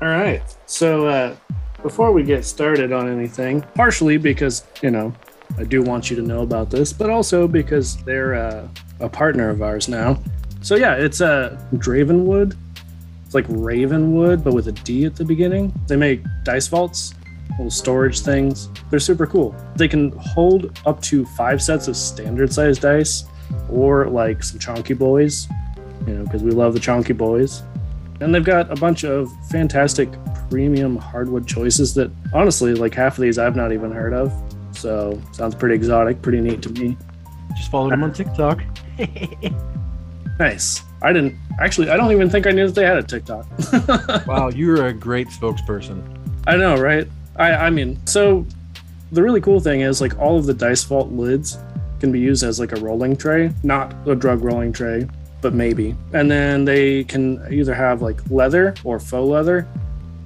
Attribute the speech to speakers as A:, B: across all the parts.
A: All right. So uh, before we get started on anything, partially because you know I do want you to know about this, but also because they're uh, a partner of ours now. So yeah, it's uh, Dravenwood. It's like Ravenwood, but with a D at the beginning. They make dice vaults, little storage things. They're super cool. They can hold up to five sets of standard-sized dice, or like some chonky boys, you know, because we love the chonky boys. And they've got a bunch of fantastic premium hardwood choices that honestly, like half of these I've not even heard of. So sounds pretty exotic, pretty neat to me.
B: Just follow them on TikTok.
A: Nice. I didn't actually I don't even think I knew that they had a TikTok.
B: wow, you're a great spokesperson.
A: I know, right? I I mean, so the really cool thing is like all of the dice vault lids can be used as like a rolling tray, not a drug rolling tray, but maybe. And then they can either have like leather or faux leather.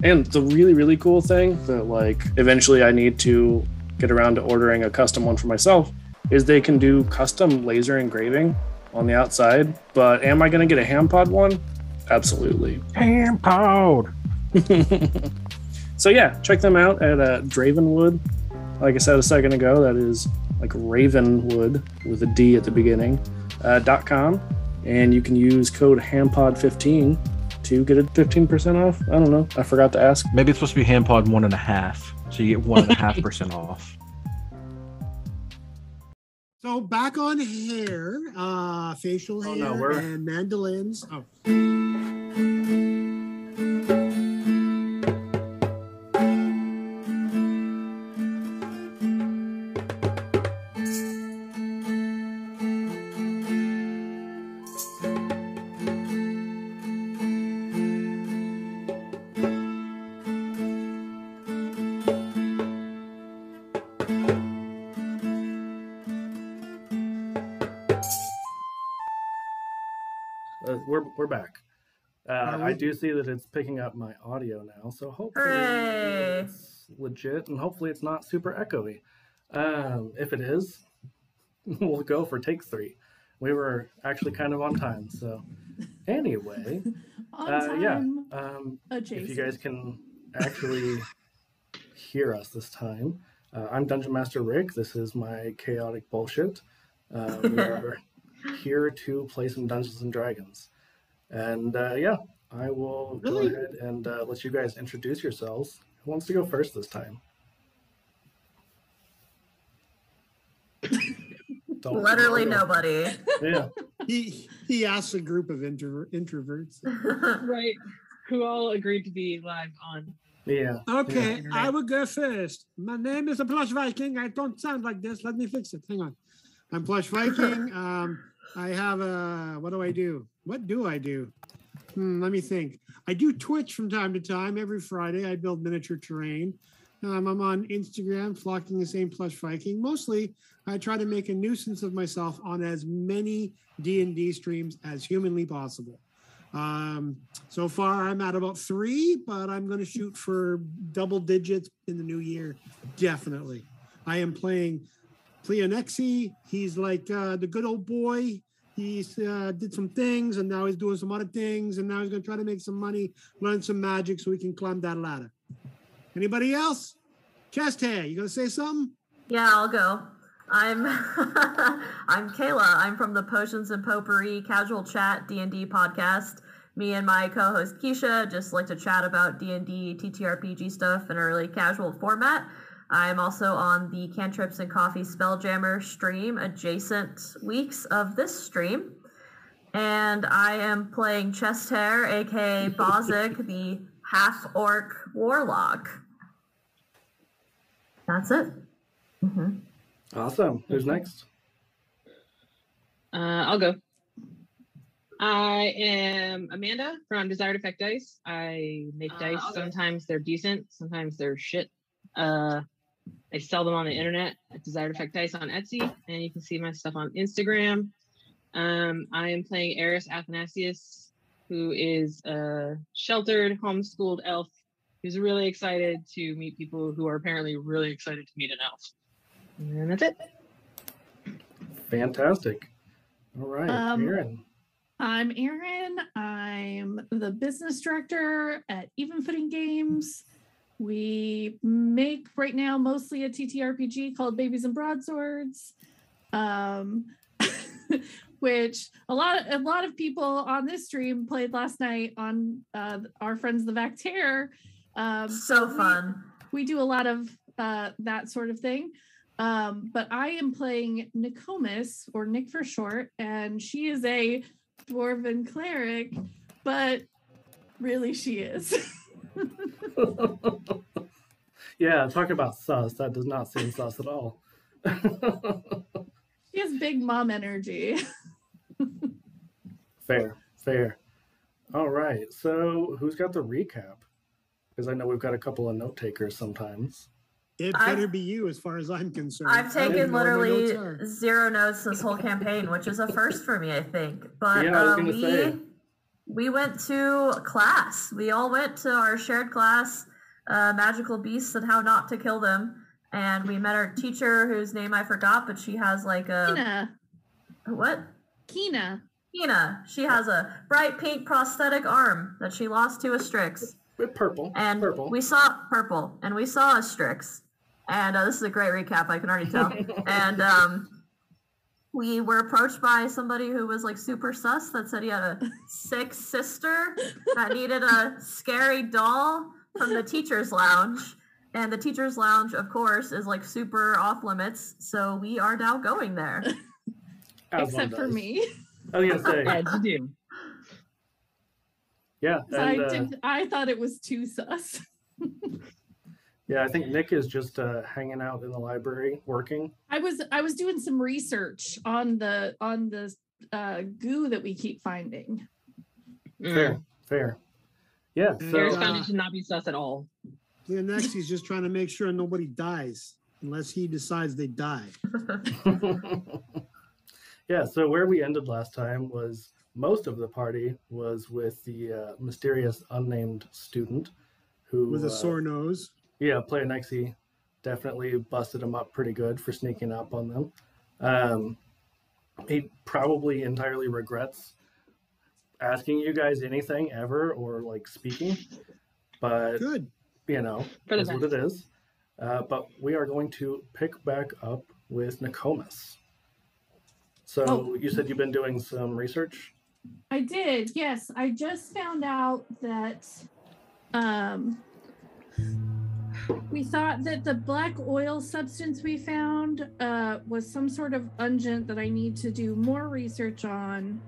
A: And the really really cool thing that like eventually I need to get around to ordering a custom one for myself is they can do custom laser engraving on the outside. But am I going to get a ham pod one? Absolutely.
B: Ham powder.
A: so yeah, check them out at uh, Dravenwood. Like I said a second ago, that is like Ravenwood with a D at the beginning. Uh, dot com, and you can use code Hampod15 to get a 15% off. I don't know. I forgot to ask.
B: Maybe it's supposed to be hand pod one and a half, so you get one and a half percent off.
C: So back on hair, uh, facial
A: Oh,
C: hair,
A: no, we're-
C: and mandolins. Oh.
A: Uh, we're we're back. Uh,
C: Are
A: I
C: we?
A: do see that it's picking up my audio now, so hopefully
D: Hooray.
A: it's legit, and hopefully it's not super echoey. Um, if it is, we'll go for take three. We were actually kind of on time, so anyway,
D: On
A: uh,
D: time
A: yeah. Um, if
D: adjacent.
A: you guys can actually hear us this time, uh, I'm Dungeon Master Rick. This is my chaotic bullshit. Uh, we are here to play some Dungeons and Dragons, and uh, yeah, I will
C: Really?
A: go ahead and uh, let you guys introduce yourselves. Who wants to go first this time? Don't-
E: Literally nobody.
A: Yeah,
C: He he asked a group of intro, introverts.
F: right who all agreed to be live on
A: yeah.
C: Okay,
F: Yeah.
C: I will go first. My name is a plush Viking. I don't sound like this. Let me fix it. Hang on. I'm plush Viking. Um, I have a. What do I do? What do I do? Hmm, let me think. I do Twitch from time to time. Every Friday, I build miniature terrain. Um, I'm on Instagram, flocking the same plush Viking. Mostly, I try to make a nuisance of myself on as many D and D streams as humanly possible. Um, so far, I'm at about three, but I'm going to shoot for double digits in the new year. Definitely. I am playing Pleonexi. He's like uh, the good old boy. He's uh, did some things and now he's doing some other things. And now he's going to try to make some money, learn some magic so he can climb that ladder. Anybody else? Chest hair, you going to say something?
E: Yeah, I'll go. I'm I'm Kayla. I'm from the Potions and Potpourri Casual Chat D&D podcast. Me and my co-host Keisha just like to chat about D&D TTRPG stuff in a really casual format. I'm also on the Cantrips and Coffee Spelljammer stream adjacent weeks of this stream. And I am playing Chest Hair, aka Bozic, the half orc warlock. That's it. hmm
A: Awesome. Who's next?
F: uh, i'll go i am amanda from desire to affect dice i make
D: Uh,
F: dice
D: I'll go.
F: sometimes they're decent sometimes they're shit uh, i sell them on the internet at desire to affect dice on etsy and you can see my stuff on instagram um, i am playing eris athanasius who is a sheltered homeschooled elf who's really excited to meet people who are apparently really excited to meet an elf and that's it
A: Fantastic. All right,
D: Um,
A: Aaron.
D: I'm Erin. I'm the business director at Even Footing Games. We make right now mostly a TTRPG called Babies and Broadswords, um, which a lot a lot of people on this stream played last night on uh, our friends the Vactair. Um,
E: So fun.
D: we do a lot of uh, that sort of thing. Um, but I am playing Nicomis, or Nick for short, and she is a dwarven cleric, but really she is.
G: yeah, talk about sus. That does not seem sus at all.
D: she has big mom energy.
G: fair, fair. All right. So who's got the recap? Because I know we've got a couple of note takers sometimes.
C: It
E: I-
C: better be you, as far as I'm concerned.
E: I've
C: I don't
E: taken
C: even know where my notes
E: literally
C: are.
E: zero notes this whole campaign, which is a first for me, I think. But
G: Yeah, I was
E: uh,
G: gonna
E: we
G: say.
E: we went to class. We all went to our shared class, uh, magical beasts and how not to kill them. And we met our teacher, whose name I forgot, but she has like
G: Uh,
E: a
D: Kina,
E: what?
D: Kina.
E: Tina. She has a bright pink prosthetic arm that she lost to a Strix.
G: With purple.
E: And
G: purple.
E: we saw purple, and we saw a Strix. And uh, this is a great recap, I can already tell. and um, we were approached by somebody who was like super sus that said he had a sick sister that needed a scary doll from the teacher's lounge. And the teacher's lounge, of course, is like super off limits. So we are now going there.
G: as one
D: Except for
G: does. Oh,
D: me.
G: I was gonna say,
F: How'd you do?
G: yeah,
D: 'Cause I,
G: and, uh,
D: did, I thought it was too sus.
G: yeah. I think Nick is just uh, hanging out in the library working.
D: I was I was doing some research on the on the uh, goo that we keep finding.
G: Fair, fair. Yeah.
C: And,
G: So um,
F: Harris
C: uh,
F: found it should not be sus at all.
C: The next, he's just trying to make sure nobody dies, unless he decides they die.
G: yeah, so where we ended last time was most of the party was with the uh, mysterious unnamed student who
C: With
G: uh,
C: a sore nose.
G: yeah, player Nexi definitely busted him up pretty good for sneaking up on them. Um, he probably entirely regrets asking you guys anything ever or like speaking, but
C: Good.
G: you know,
F: For the
G: is what it is. Uh, but we are going to pick back up with Nicomas. So
D: Oh.
G: you said you've been doing some research.
D: I did. Yes, I just found out that um we thought that the black oil substance we found uh, was some sort of ungent that I need to do more research on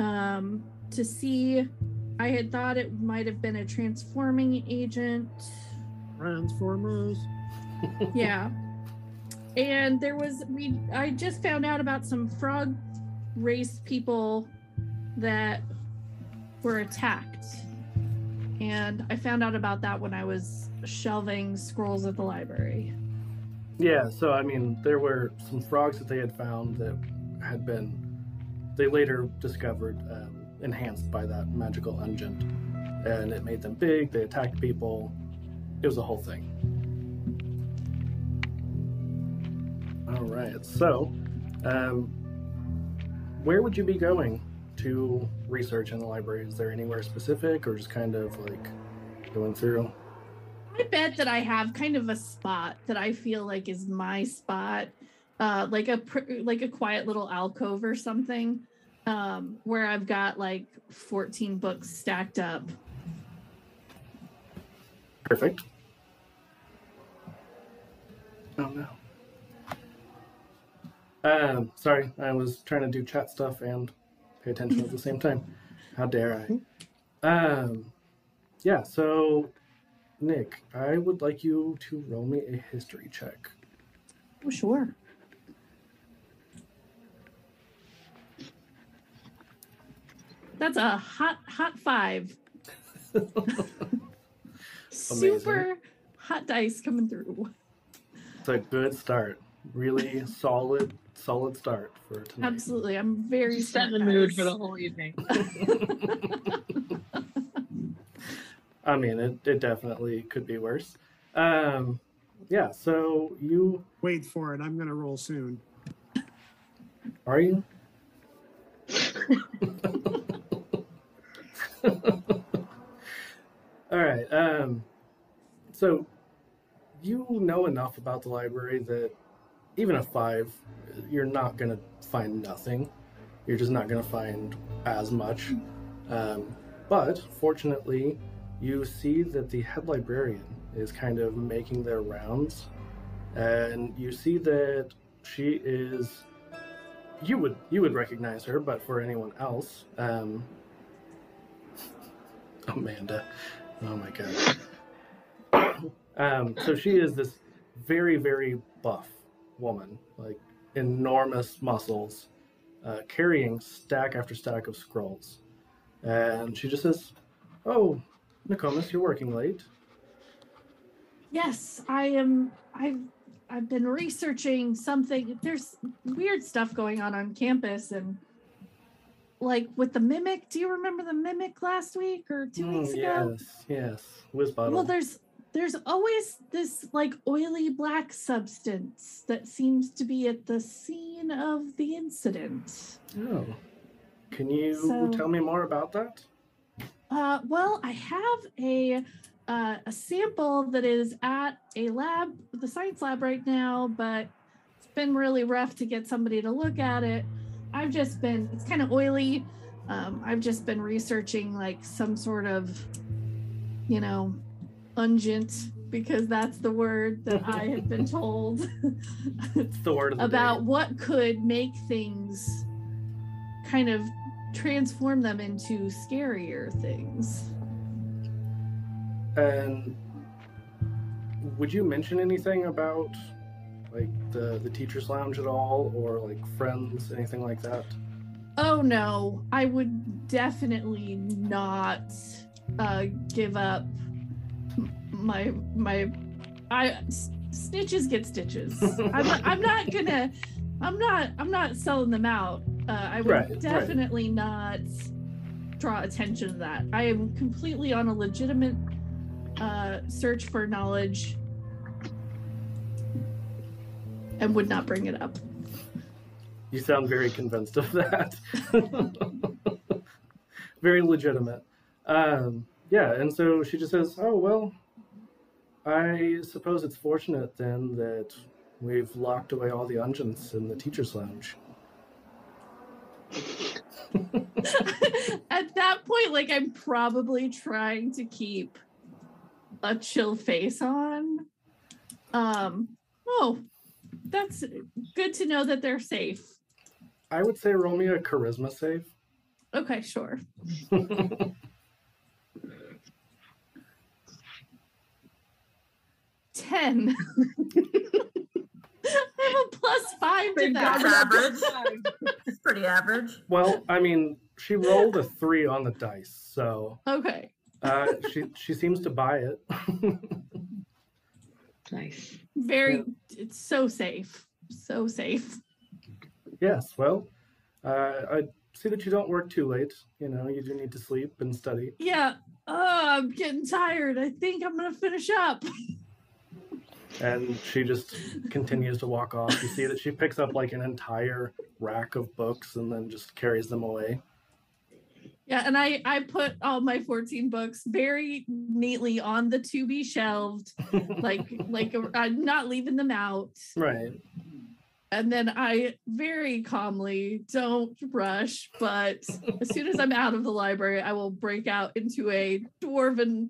D: um, to see. I had thought it might have been a transforming agent.
C: Transformers.
D: Yeah. And there was we I just found out about some frog race people that were attacked. And I found out about that when I was shelving scrolls at the library.
G: Yeah, so I mean, there were some frogs that they had found that had been, they later discovered, um, enhanced by that magical ungent. And it made them big, they attacked people. It was a whole thing. All right, so um, where would you be going to research in the library? Is there anywhere specific or just kind of like going through?
D: I bet that I have kind of a spot that I feel like is my spot, uh, like a pr- like a quiet little alcove or something, um, where I've got like 14 books stacked up.
G: Perfect. Oh no. Um, sorry, I was trying to do chat stuff and pay attention at the same time. How dare I? Um, yeah. So, Nick, I would like you to roll me a history check.
D: Oh, sure. That's a hot, hot five. Super hot dice coming through.
G: It's a good start. Really solid, solid start for tonight.
D: Absolutely. I'm very
F: Set
D: smart
F: the mood
D: guys.
F: for the whole evening.
G: I mean, it, it definitely could be worse. Um, yeah. So you
C: Wait for it. I'm going to roll soon.
G: are you? All right. Um, so you know enough about the library that even a five, you're not going to find nothing. You're just not going to find as much. Um, but fortunately, you see that the head librarian is kind of making their rounds. And you see that she is. You would you would recognize her, but for anyone else, um, Amanda. Oh my god. um, so she is this very, very buff woman, like enormous muscles, uh, carrying stack after stack of scrolls. And she just says, Oh, Nicomas, you're working late.
D: Yes, I am. I've I've been researching something. There's weird stuff going on on campus, and like with the mimic. Do you remember the mimic last week or two
G: "Mm,
D: weeks ago?
G: yes, yes. Whiz bottle.
D: Well, there's there's always this like oily black substance that seems to be at the scene of the incident.
G: oh. Can you
D: So-
G: tell me more about that?
D: Uh, well, I have a uh, a sample that is at a lab, the science lab right now, but it's been really rough to get somebody to look at it. I've just been it's kind of oily. Um, I've just been researching like some sort of, you know, ungent because that's the word that I had been told.
G: It's the word of the
D: about
G: day.
D: what could make things kind of transform them into scarier things.
G: And would you mention anything about like the the teachers' lounge at all, or like friends, anything like that?
D: Oh no, I would definitely not uh, give up m- my my. I s- snitches get stitches. I'm, not- I'm not gonna. I'm not. I'm not selling them out. Uh, I would
G: Right, right.
D: definitely not draw attention to that. I am completely on a legitimate uh, search for knowledge, and would not bring it up.
G: You sound very convinced of that. very legitimate. Um, yeah, and so she just says, "Oh well, I suppose it's fortunate then that we've locked away all the unguents in the teachers' lounge."
D: At that point, like I'm probably trying to keep a chill face on. Um, oh, that's good to know that they're safe.
G: I would say roll me a charisma save.
D: Okay, sure. Ten. I have a plus five to
F: Thank God
D: that.
F: for that
E: Average.
F: time.
E: It's pretty average.
G: Well, I mean, she rolled a three on the dice, so
D: Okay.
G: uh, she she seems to buy it.
F: Nice.
D: Very it's so safe. So safe.
G: yes, well, uh, I see that you don't work too late. You know, you do need to sleep and study.
D: Yeah. Oh, I'm getting tired. I think I'm gonna finish up.
G: And she just continues to walk off. You see that she picks up like an entire rack of books and then just carries them away.
D: Yeah, and I I put all my 14 books very neatly on the to be shelved, like like a- I'm not leaving them out.
G: Right.
D: And then I very calmly don't rush, but as soon as I'm out of the library, I will break out into a dwarven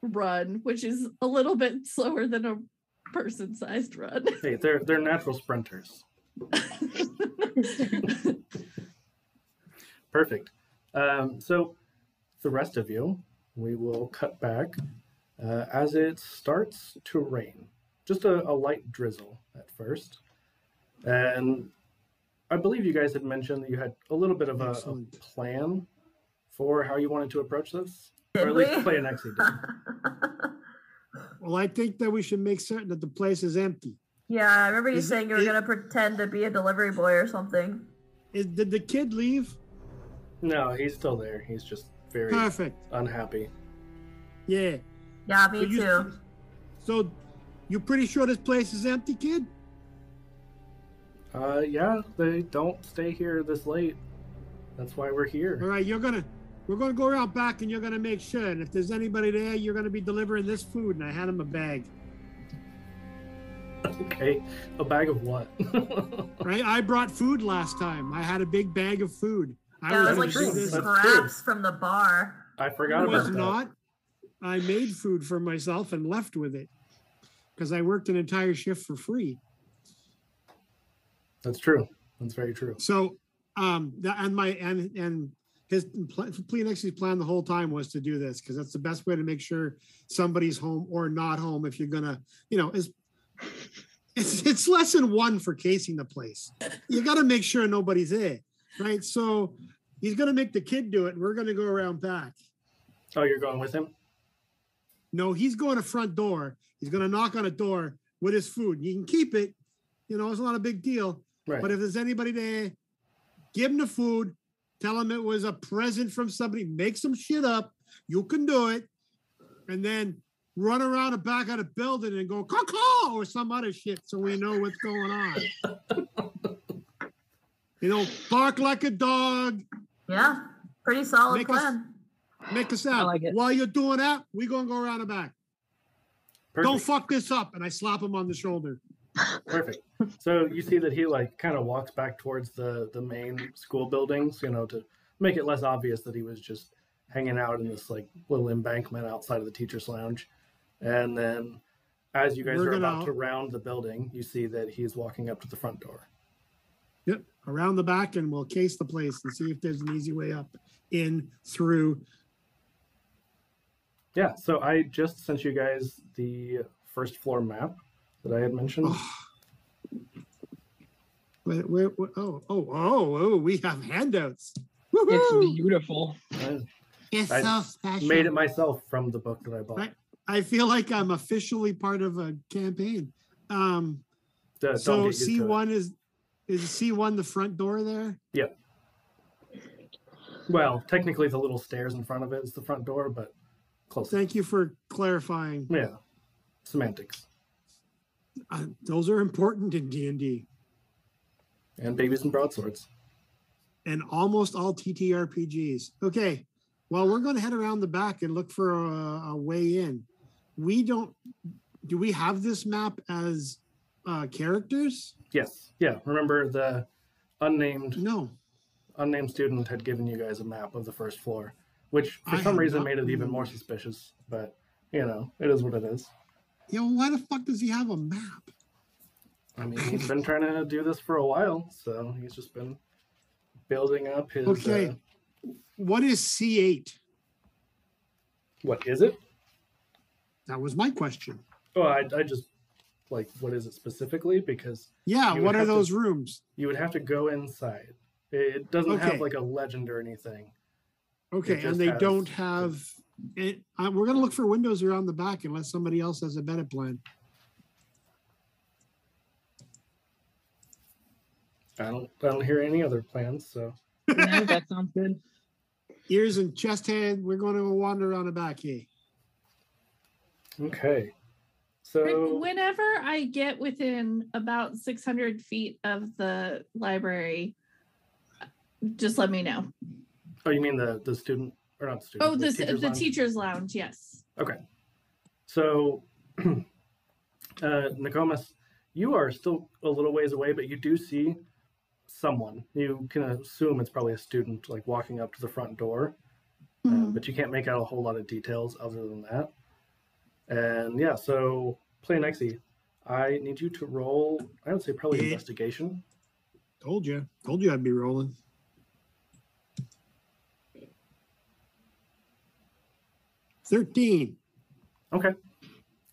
D: run, which is a little bit slower than a person-sized run.
G: Hey, they're they're natural sprinters. Perfect. Um, so, the rest of you, we will cut back uh, as it starts to rain. Just a, a light drizzle at first. And I believe you guys had mentioned that you had a little bit of a, a
C: Excellent.
G: plan for how you wanted to approach this,
E: Did
G: or at least
E: we?
G: play an exit.
C: Well, I think that we should make certain that the place is empty.
E: yeah, I remember you
C: Is it-
E: saying you were
C: it-
E: gonna pretend to be a delivery boy or something.
C: Is, did the kid leave?
G: No, he's still there. He's just very
C: Perfect.
G: unhappy.
C: Yeah.
E: Yeah, me
C: So you-
E: too.
C: So, you pretty sure this place is empty, kid?
G: Uh, yeah, they don't stay here this late. That's why we're here.
C: Hmm. All right, you're gonna We're going to go around back and you're going to make sure. And if there's anybody there, you're going to be delivering this food. And I had him a bag.
G: Okay, a bag of what?
C: Right? I brought food last time. I had a big bag of food. I
E: Yeah, it was
C: gonna
E: like
G: That's true.
E: just
C: do
G: That's
E: scraps from the bar.
G: I forgot
C: It
G: about
C: was
G: that.
C: not. I made food for myself and left with it because I worked an entire shift for free.
G: That's true. That's very true.
C: So, um, the, and my and and his pl- Plenex's plan the whole time was to do this because that's the best way to make sure somebody's home or not home if you're gonna, you know, is it's it's lesson one for casing the place. You got to make sure nobody's there, right? So he's gonna make the kid do it. And we're gonna go around back.
G: Oh, you're going with him?
C: No, he's going to front door. He's going to knock on a door with his food. You can keep it. You know, it's not a big deal.
G: Right.
C: But if there's anybody there, give him the food. Tell him it was a present from somebody. Make some shit up. You can do it. And then run around the back of the building and go caw or some other shit so we know what's going on. you know, bark like a dog.
E: Yeah, pretty solid
C: Make us-
E: plan.
C: Make a sound.
F: like it.
C: While you're doing that, we're going to go around the back.
G: Perfect.
C: Don't fuck this up. And I slap him on the shoulder.
G: Perfect. So you see that he like kind of walks back towards the the main school buildings, you know, to make it less obvious that he was just hanging out in this like little embankment outside of the teachers' lounge. And then, as you guys
C: We're
G: are
C: gonna-
G: about to round the building, you see that he's walking up to the front door.
C: Yep, around the back, and we'll case the place and see if there's an easy way up, in, through.
G: Yeah. So I just sent you guys the first floor map that I had mentioned.
C: Oh. Where, where, where- oh, oh, oh, oh, we have handouts.
F: It's
C: Woohoo!
F: beautiful.
G: I
C: It's
G: I
C: so special.
G: made it myself from the book that I bought.
C: Right. I feel like I'm officially part of a campaign. Um,
G: D- don't get
C: so
G: used to it.
C: C1 is is C1 the front door there?
G: Well, technically, the little stairs in front of it is the front door, but close.
C: Thank you for clarifying.
G: Yeah, semantics
C: Uh, those are important in D&D
G: and babies and broadswords.
C: and almost all TTRPGs. Okay, well, we're going to head around the back and look for a, a way in. We don't. Do we have this map as uh, characters?
G: Yes, yeah. Remember the unnamed
C: No.
G: unnamed student had given you guys a map of the first floor, which for
C: I
G: some
C: have
G: reason
C: not-
G: made it even more suspicious. But you know, it is what it is.
C: Yo, why the fuck does he have a map?
G: I mean, he's been trying to do this for a while, so he's just been building up his.
C: Okay.
G: uh,
C: What is C eight?
G: what is it?
C: That was my question.
G: Oh, I, I just like what is it specifically because
C: Yeah,
G: You would
C: what are
G: have to-
C: those rooms?
G: you would have to go inside. It doesn't have
C: Okay.
G: like a legend or anything.
C: Okay,
G: just
C: and they
G: has-
C: don't have. It, I, we're gonna look for windows around the back unless somebody else has a better plan.
G: I don't. I don't hear any other plans. So
F: Yeah, that sounds good.
C: Ears and chest hand. We're going to wander around the back here.
G: okay.
D: Rick,
G: So
D: whenever I get within about 600 feet of the library, just let me know.
G: Oh, you mean the the student or not student?
D: Oh, the,
G: teacher's
D: the
G: lounge?
D: teacher's lounge, yes.
G: So, uh, Nicomas, you are still a little ways away, but you do see someone. You can assume it's probably a student, like walking up to the front door, uh,
F: Mm-hmm.
D: Mhm.
G: but you can't make out a whole lot of details other than that. And yeah, so play Nexi. I need you to roll. I would say probably
C: Yeah.
G: investigation.
C: Told you. Told you I'd be rolling. Thirteen.
G: Okay.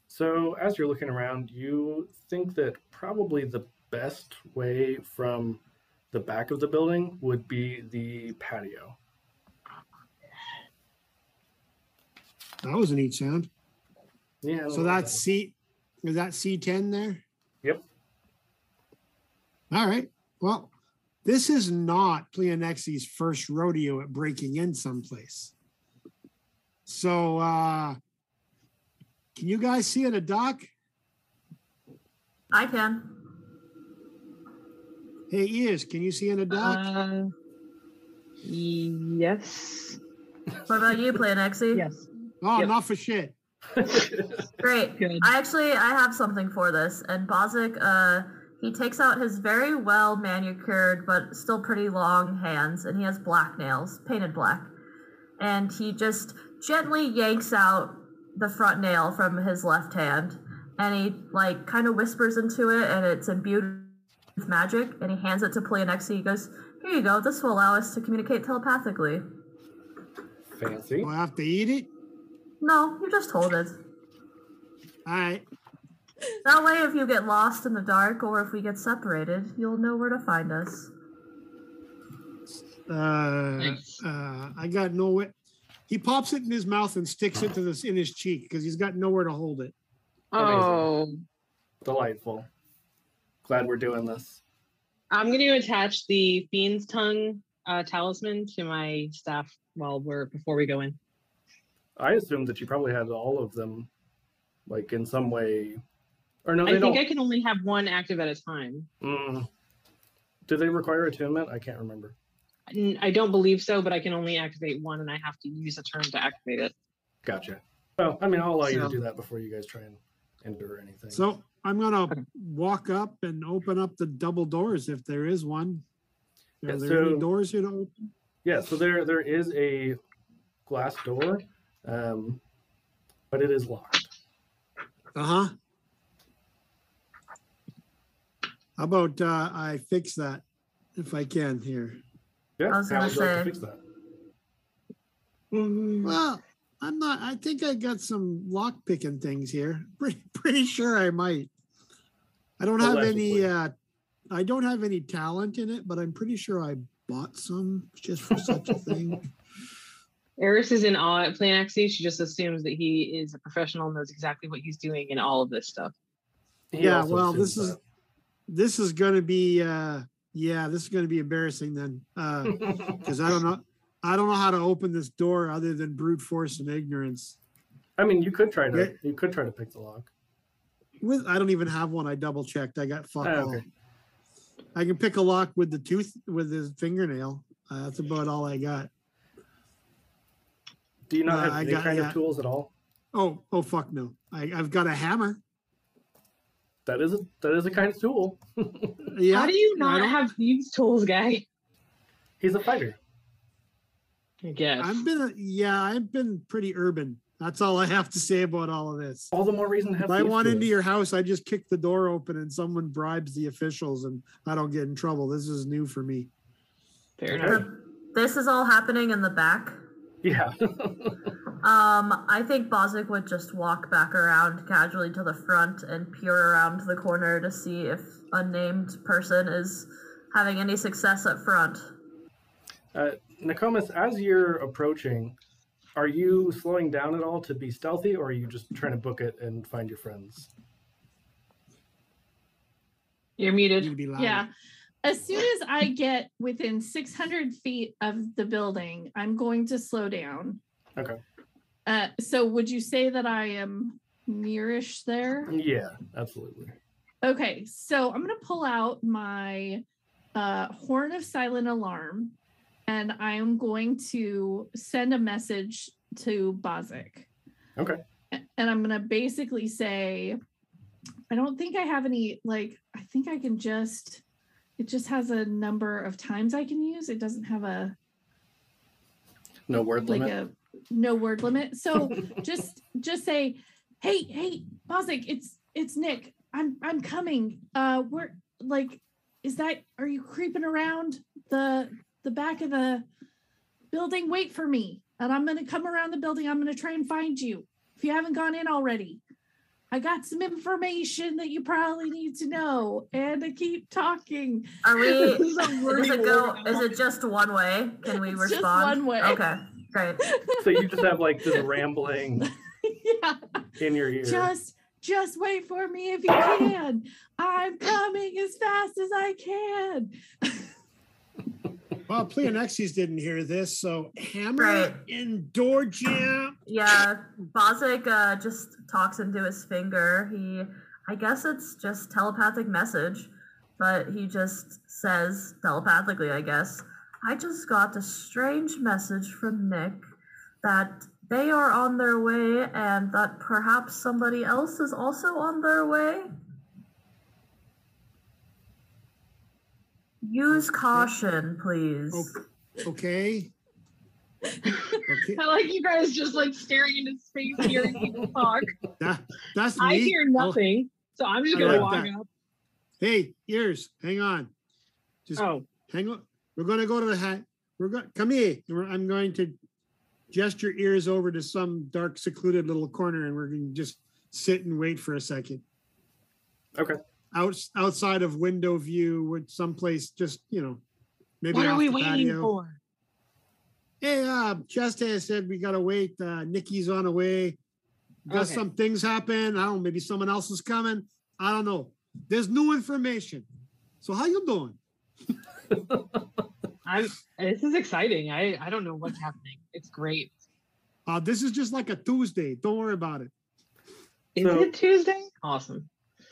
G: So as you're looking around, you think that probably the best way from the back of the building would be the patio.
C: That was a neat sound.
G: Yeah.
C: So that's C. Is that C ten there?
G: Oh, Yep.
C: All right. Well, this is not Pleonexi's first rodeo at breaking in someplace. So, uh can you guys see it a dock?
E: I can.
C: Hey, ears, can you see in a dock?
F: Uh, yes.
E: What about you, Planexi?
F: Yes.
C: Oh,
F: Yep.
C: not for shit.
E: Great.
F: Good.
E: I actually I have something for this, and Bozic, uh, he takes out his very well manicured but still pretty long hands, and he has black nails, painted black, and he just gently yanks out the front nail from his left hand, and he like kind of whispers into it, and it's imbued with magic, and he hands it to Pleonexi. He goes, "Here you go. This will allow us to communicate telepathically."
G: Fancy.
C: Do I have to eat it?
E: No, you just hold it.
C: All right.
E: That way, if you get lost in the dark or if we get separated, you'll know where to find us.
C: Uh,
F: Thanks.
C: uh, I got nowhere. He pops it in his mouth and sticks it to this in his cheek because he's got nowhere to hold it.
F: Oh,
G: Delightful. Glad we're doing this.
F: I'm going to attach the fiend's tongue uh, talisman to my staff while we're before we go in.
G: I assume that you probably had all of them, like in some way, or no,
F: I
G: they
F: think
G: don't.
F: I can only have one active at a time.
G: Mm. Do they require attunement? I can't remember.
F: N- I don't believe so, but I can only activate one, and I have to use a turn to activate it.
G: Gotcha. Oh, I mean, I'll allow you to
F: So-
G: do that before you guys try and endure anything.
C: So I'm gonna
F: Okay.
C: walk up and open up the double doors if there is one. Are
G: Yeah,
C: there
G: so-
C: any doors here to open?
G: yeah, so there there is a glass door, um, but it is locked.
C: Uh huh. How about uh, I fix that if I can here?
G: Yeah,
E: I was
G: how
E: gonna
G: would you like
E: say-
G: to fix that? Mm.
C: Well, I'm not. I think I got some lock picking things here. Pretty, pretty sure I might. I don't have any.
G: Allegedly.
C: Uh, I don't have any talent in it, but I'm pretty sure I bought some just for such a thing.
F: Eris is in awe at Planaxi. She just assumes that he is a professional and knows exactly what he's doing in all of this stuff.
G: He
C: Yeah,
G: also
C: well, this
G: assumes
C: is- This is going to be. Uh, yeah, this is going to be embarrassing then, because
G: that.
C: I don't know. I don't know how to open this door other than brute force and ignorance.
G: I mean, you could try to
C: Yeah.
G: you could try to pick the lock.
C: With I don't even have one. I double checked. I got fuck
G: Oh,
C: all.
G: okay.
C: I can pick a lock with the tooth with his fingernail. Uh, that's about all I got.
G: Do you not
C: Uh,
G: have
C: I
G: any
C: got-
G: kind
C: yeah.
G: of tools at all?
C: Oh, oh fuck no. I, I've got a hammer.
G: That is a that is a kind of tool.
C: Yeah.
F: How do you
C: I
F: not
C: don't-
F: have thieves' tools, guy?
G: He's a fighter.
F: I guess.
C: I've been a, yeah, I've been pretty urban. That's all I have to say about all of this.
G: All the more reason to have.
C: If I
G: thieves'
C: want into
G: tools.
C: your house, I just kick the door open and someone bribes the officials and I don't get in trouble. This is new for me.
F: Fair
G: Okay.
F: enough.
E: The- this is all happening in the back.
G: Yeah.
E: Um, I think Bozic would just walk back around casually to the front and peer around the corner to see if unnamed person is having any success up front.
G: Uh, Nicomas, as you're approaching, are you slowing down at all to be stealthy, or are you just trying to book it and find your friends?
F: You're
C: You need to
F: muted.
C: be loud.
D: Yeah. As soon as I get within 600 feet of the building, I'm going to slow down.
G: Okay.
D: Uh, so would you say that I am nearish there?
G: Yeah, absolutely.
D: Okay, so I'm going to pull out my uh, horn of silent alarm and I am going to send a message to Bozic.
G: Okay.
D: A- And I'm going to basically say, I don't think I have any, like, I think I can just, it just has a number of times I can use. It doesn't have a,
G: No word
D: like
G: limit.
D: a no word limit. So just just say, hey, hey, Bozic, it's it's Nick. I'm I'm coming. Uh we're like, is that are you creeping around the the back of the building? Wait for me. And I'm gonna come around the building. I'm gonna try and find you. If you haven't gone in already. I got some information that you probably need to know. And I keep talking.
E: Are we?
D: This
E: Does
D: is a really
E: it go?
D: weird
E: Is it just one way? Can we
D: It's
E: respond?
D: just one way.
E: Okay, great.
G: so you just have like this rambling
D: yeah.
G: in your ear.
D: Just just wait for me if you can. I'm coming as fast as I can.
C: Well, Pleonexes didn't hear this, so hammer
E: Right.
C: and door jam.
E: Yeah, Bozic uh, just talks into his finger. He, I guess it's just telepathic message, but he just says telepathically, I guess. I just got a strange message from Nick. that they are on their way and that perhaps somebody else is also on their way. Use caution, please.
C: Okay. okay.
F: I like you guys just like staring into space, hearing people talk.
C: That, that's me.
F: I hear
C: Oh,
F: nothing, so I'm just
C: I
F: gonna
C: like
F: walk
C: that.
F: up.
C: Oh, Hey, ears, hang on. Just
F: Oh,
C: hang on. We're going to go to the hat. We're going come here. And we're, I'm going to gesture ears over to some dark, secluded little corner, and we're going to just sit and wait for a second.
G: Okay.
C: Out outside of window view, with someplace just you know, maybe
F: what are
C: off
F: we
C: the
F: waiting
C: patio.
F: for?
C: Hey, uh, Chastain said we gotta wait. Uh, Nikki's on the way. Got
F: Okay.
C: some things happen. I don't. know, Maybe someone else is coming. I don't know. There's new information. So how you doing?
F: I'm. This is exciting. I I don't know what's happening. It's great.
C: Uh, this is just like a Tuesday. Don't worry about it.
F: Is
G: So-
F: it Tuesday? Awesome.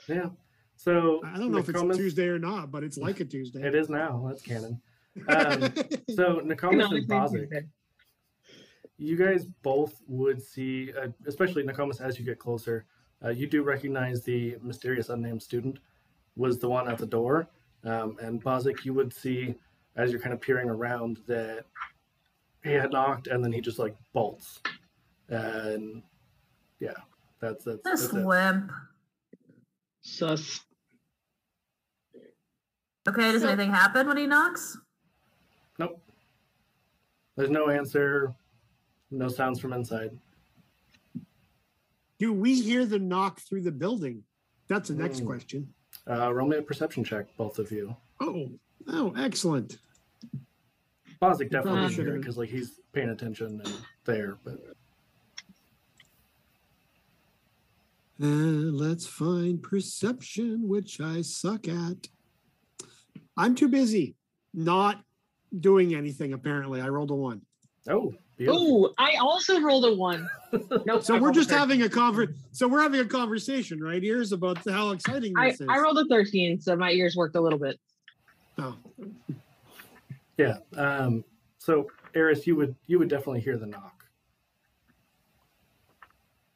G: Yeah. So
C: I don't know if it's a
G: Nokomis-
C: Tuesday or not, but it's like a Tuesday.
G: It is now. That's canon. Um, so Nakomis and
F: Canonically
G: Bozic,
F: Tuesday.
G: you guys both would see, uh, especially Nakomis, as you get closer, uh, you do recognize the mysterious unnamed student was the one at the door. Um, and Bozic, you would see as you're kind of peering around that he had knocked and then he just like bolts. And yeah, that's that's,
E: This
G: that's it.
E: wimp.
F: Sus.
E: Okay, does
F: So-
E: anything happen when he knocks?
G: Nope. There's no answer. No sounds from inside.
C: Do we hear the knock through the building? That's the next
G: Mm.
C: question.
G: Uh, roll me a perception check, both of you.
C: Oh, oh, excellent.
G: Bozic definitely
F: Um,
G: should because like he's paying attention and there, but
C: Uh, let's find perception, which I suck at. I'm too busy not doing anything, apparently. I rolled a one.
G: oh, beautiful.
F: Oh, I also rolled a one. Nope.
C: So
F: I
C: we're
F: rolled a
C: just
F: 13.
C: having a conver so we're having a conversation, right? Here's about how exciting
F: I,
C: this is.
F: I rolled a 13, so my ears worked a little bit.
C: Oh,
G: yeah. Um, so Eris, you would you would definitely hear the knock.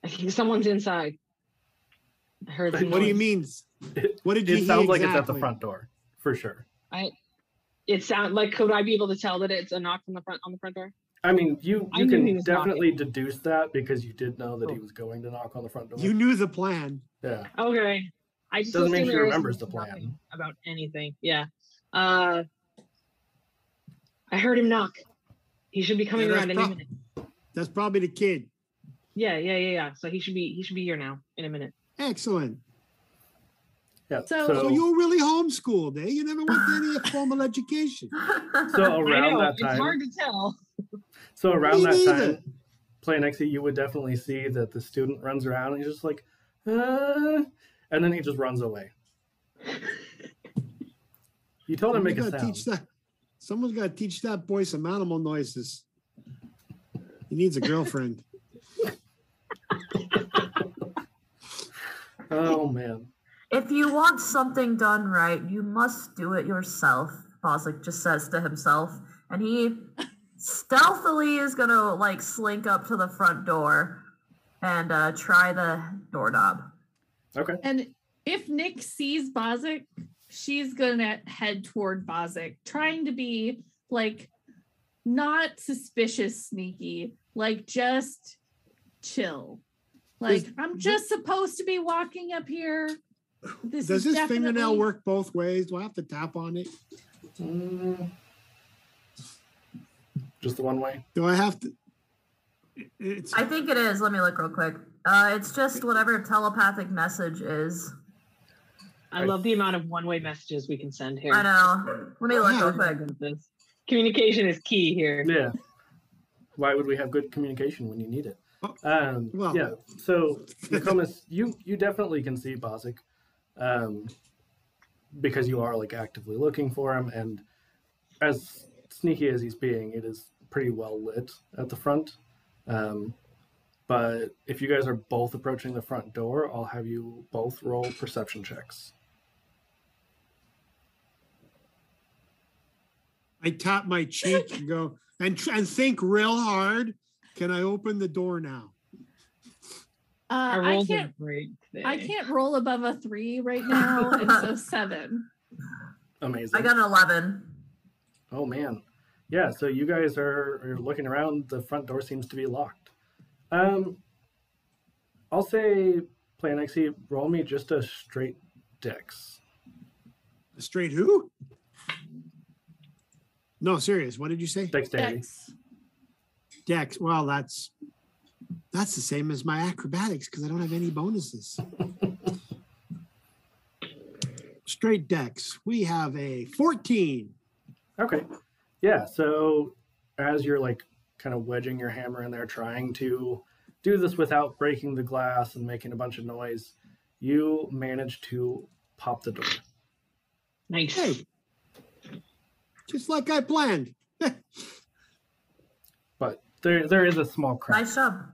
F: I think someone's inside. I heard
G: What do
C: what do you
F: noise.
C: mean?
G: It-
C: What did you
G: It
C: hear
G: sounds like it's at the
C: exactly?
G: front door for sure.
F: It sound like could I be able to tell that it's a knock from the front on the front door?
G: I mean, you
F: I
G: you
F: knew he
G: can
F: was Oh. knocking.
G: definitely deduce that because you did know that he was going to knock on the front door.
C: You knew the plan.
G: yeah.
F: Okay. I just
G: Doesn't mean
F: assume
G: she
F: there is
G: remembers the
F: nothing
G: plan.
F: about anything. Yeah. Uh I heard him knock. He should be coming
C: Yeah, that's
F: around any
C: prob-
F: minute.
C: That's probably the kid.
F: Yeah, yeah, yeah, yeah. So he should be he should be here now in a minute.
C: Excellent.
G: Yeah.
D: So-
C: So
G: so,
C: you were really homeschooled, eh? You never went to any formal education.
G: so
F: I
G: around
F: know
G: that
F: it's
G: time,
F: hard to tell.
G: So around
C: Me
G: that
C: neither.
G: time, playing Exit, you would definitely see that the student runs around and he's just like, uh, and then he just runs away. You told him to make a
C: Someone's gotta
G: sound.
C: Teach that. Someone's got to teach that boy some animal noises. He needs a girlfriend.
G: Oh man,
E: If you want something done right, you must do it yourself, Boswick just says to himself. And he stealthily is gonna like slink up to the front door and uh, try the doorknob.
D: And if Nick sees Bozic, she's gonna head toward Bozic, trying to be like not suspicious, sneaky, like just chill. Like
C: Does-
D: I'm just supposed to be walking up here. This
C: Does
D: is
C: his fingernail
D: definitely-
C: work both ways? Do I have to tap on it?
G: just the one way.
C: Do I have to? it- It's
E: I think it is. Let me look real quick. Uh, it's just whatever telepathic message is.
F: I
G: I-
F: love the amount of one-way messages we can send here.
E: I know. Let me look real
F: Very
E: quick.
F: good at this. Communication is key here.
G: Yeah. Why would we have good communication when you need it?
C: Oh,
G: Um,
C: well.
G: yeah. So Nicomas, you you definitely can see Bozic, um, because you are like actively looking for him, and as sneaky as he's being, it is pretty well lit at the front. Um, but if you guys are both approaching the front door, I'll have you both roll perception checks.
C: I tap my cheek and go and tr- and think real hard Can I open the door now?
D: Uh,
F: Our
D: I
F: rolls are
D: can't.
F: great. Today.
D: I can't roll above a three right now, and so seven.
G: Amazing.
E: I got an 11.
G: Oh man, yeah. So you guys are, are looking around. The front door seems to be locked. Um, I'll say, Plan XE, roll me just a straight dex.
C: A straight who? No, serious. What did you say?
G: Dexterity.
D: Dex.
C: Dex. Well, that's that's the same as my acrobatics because I don't have any bonuses. Straight Dex. We have a 14.
G: Okay. Yeah. So as you're like kind of wedging your hammer in there, trying to do this without breaking the glass and making a bunch of noise, you manage to pop the door.
F: Nice.
C: Hey. Just like I planned.
G: But there, there is a small crack.
E: Nice job.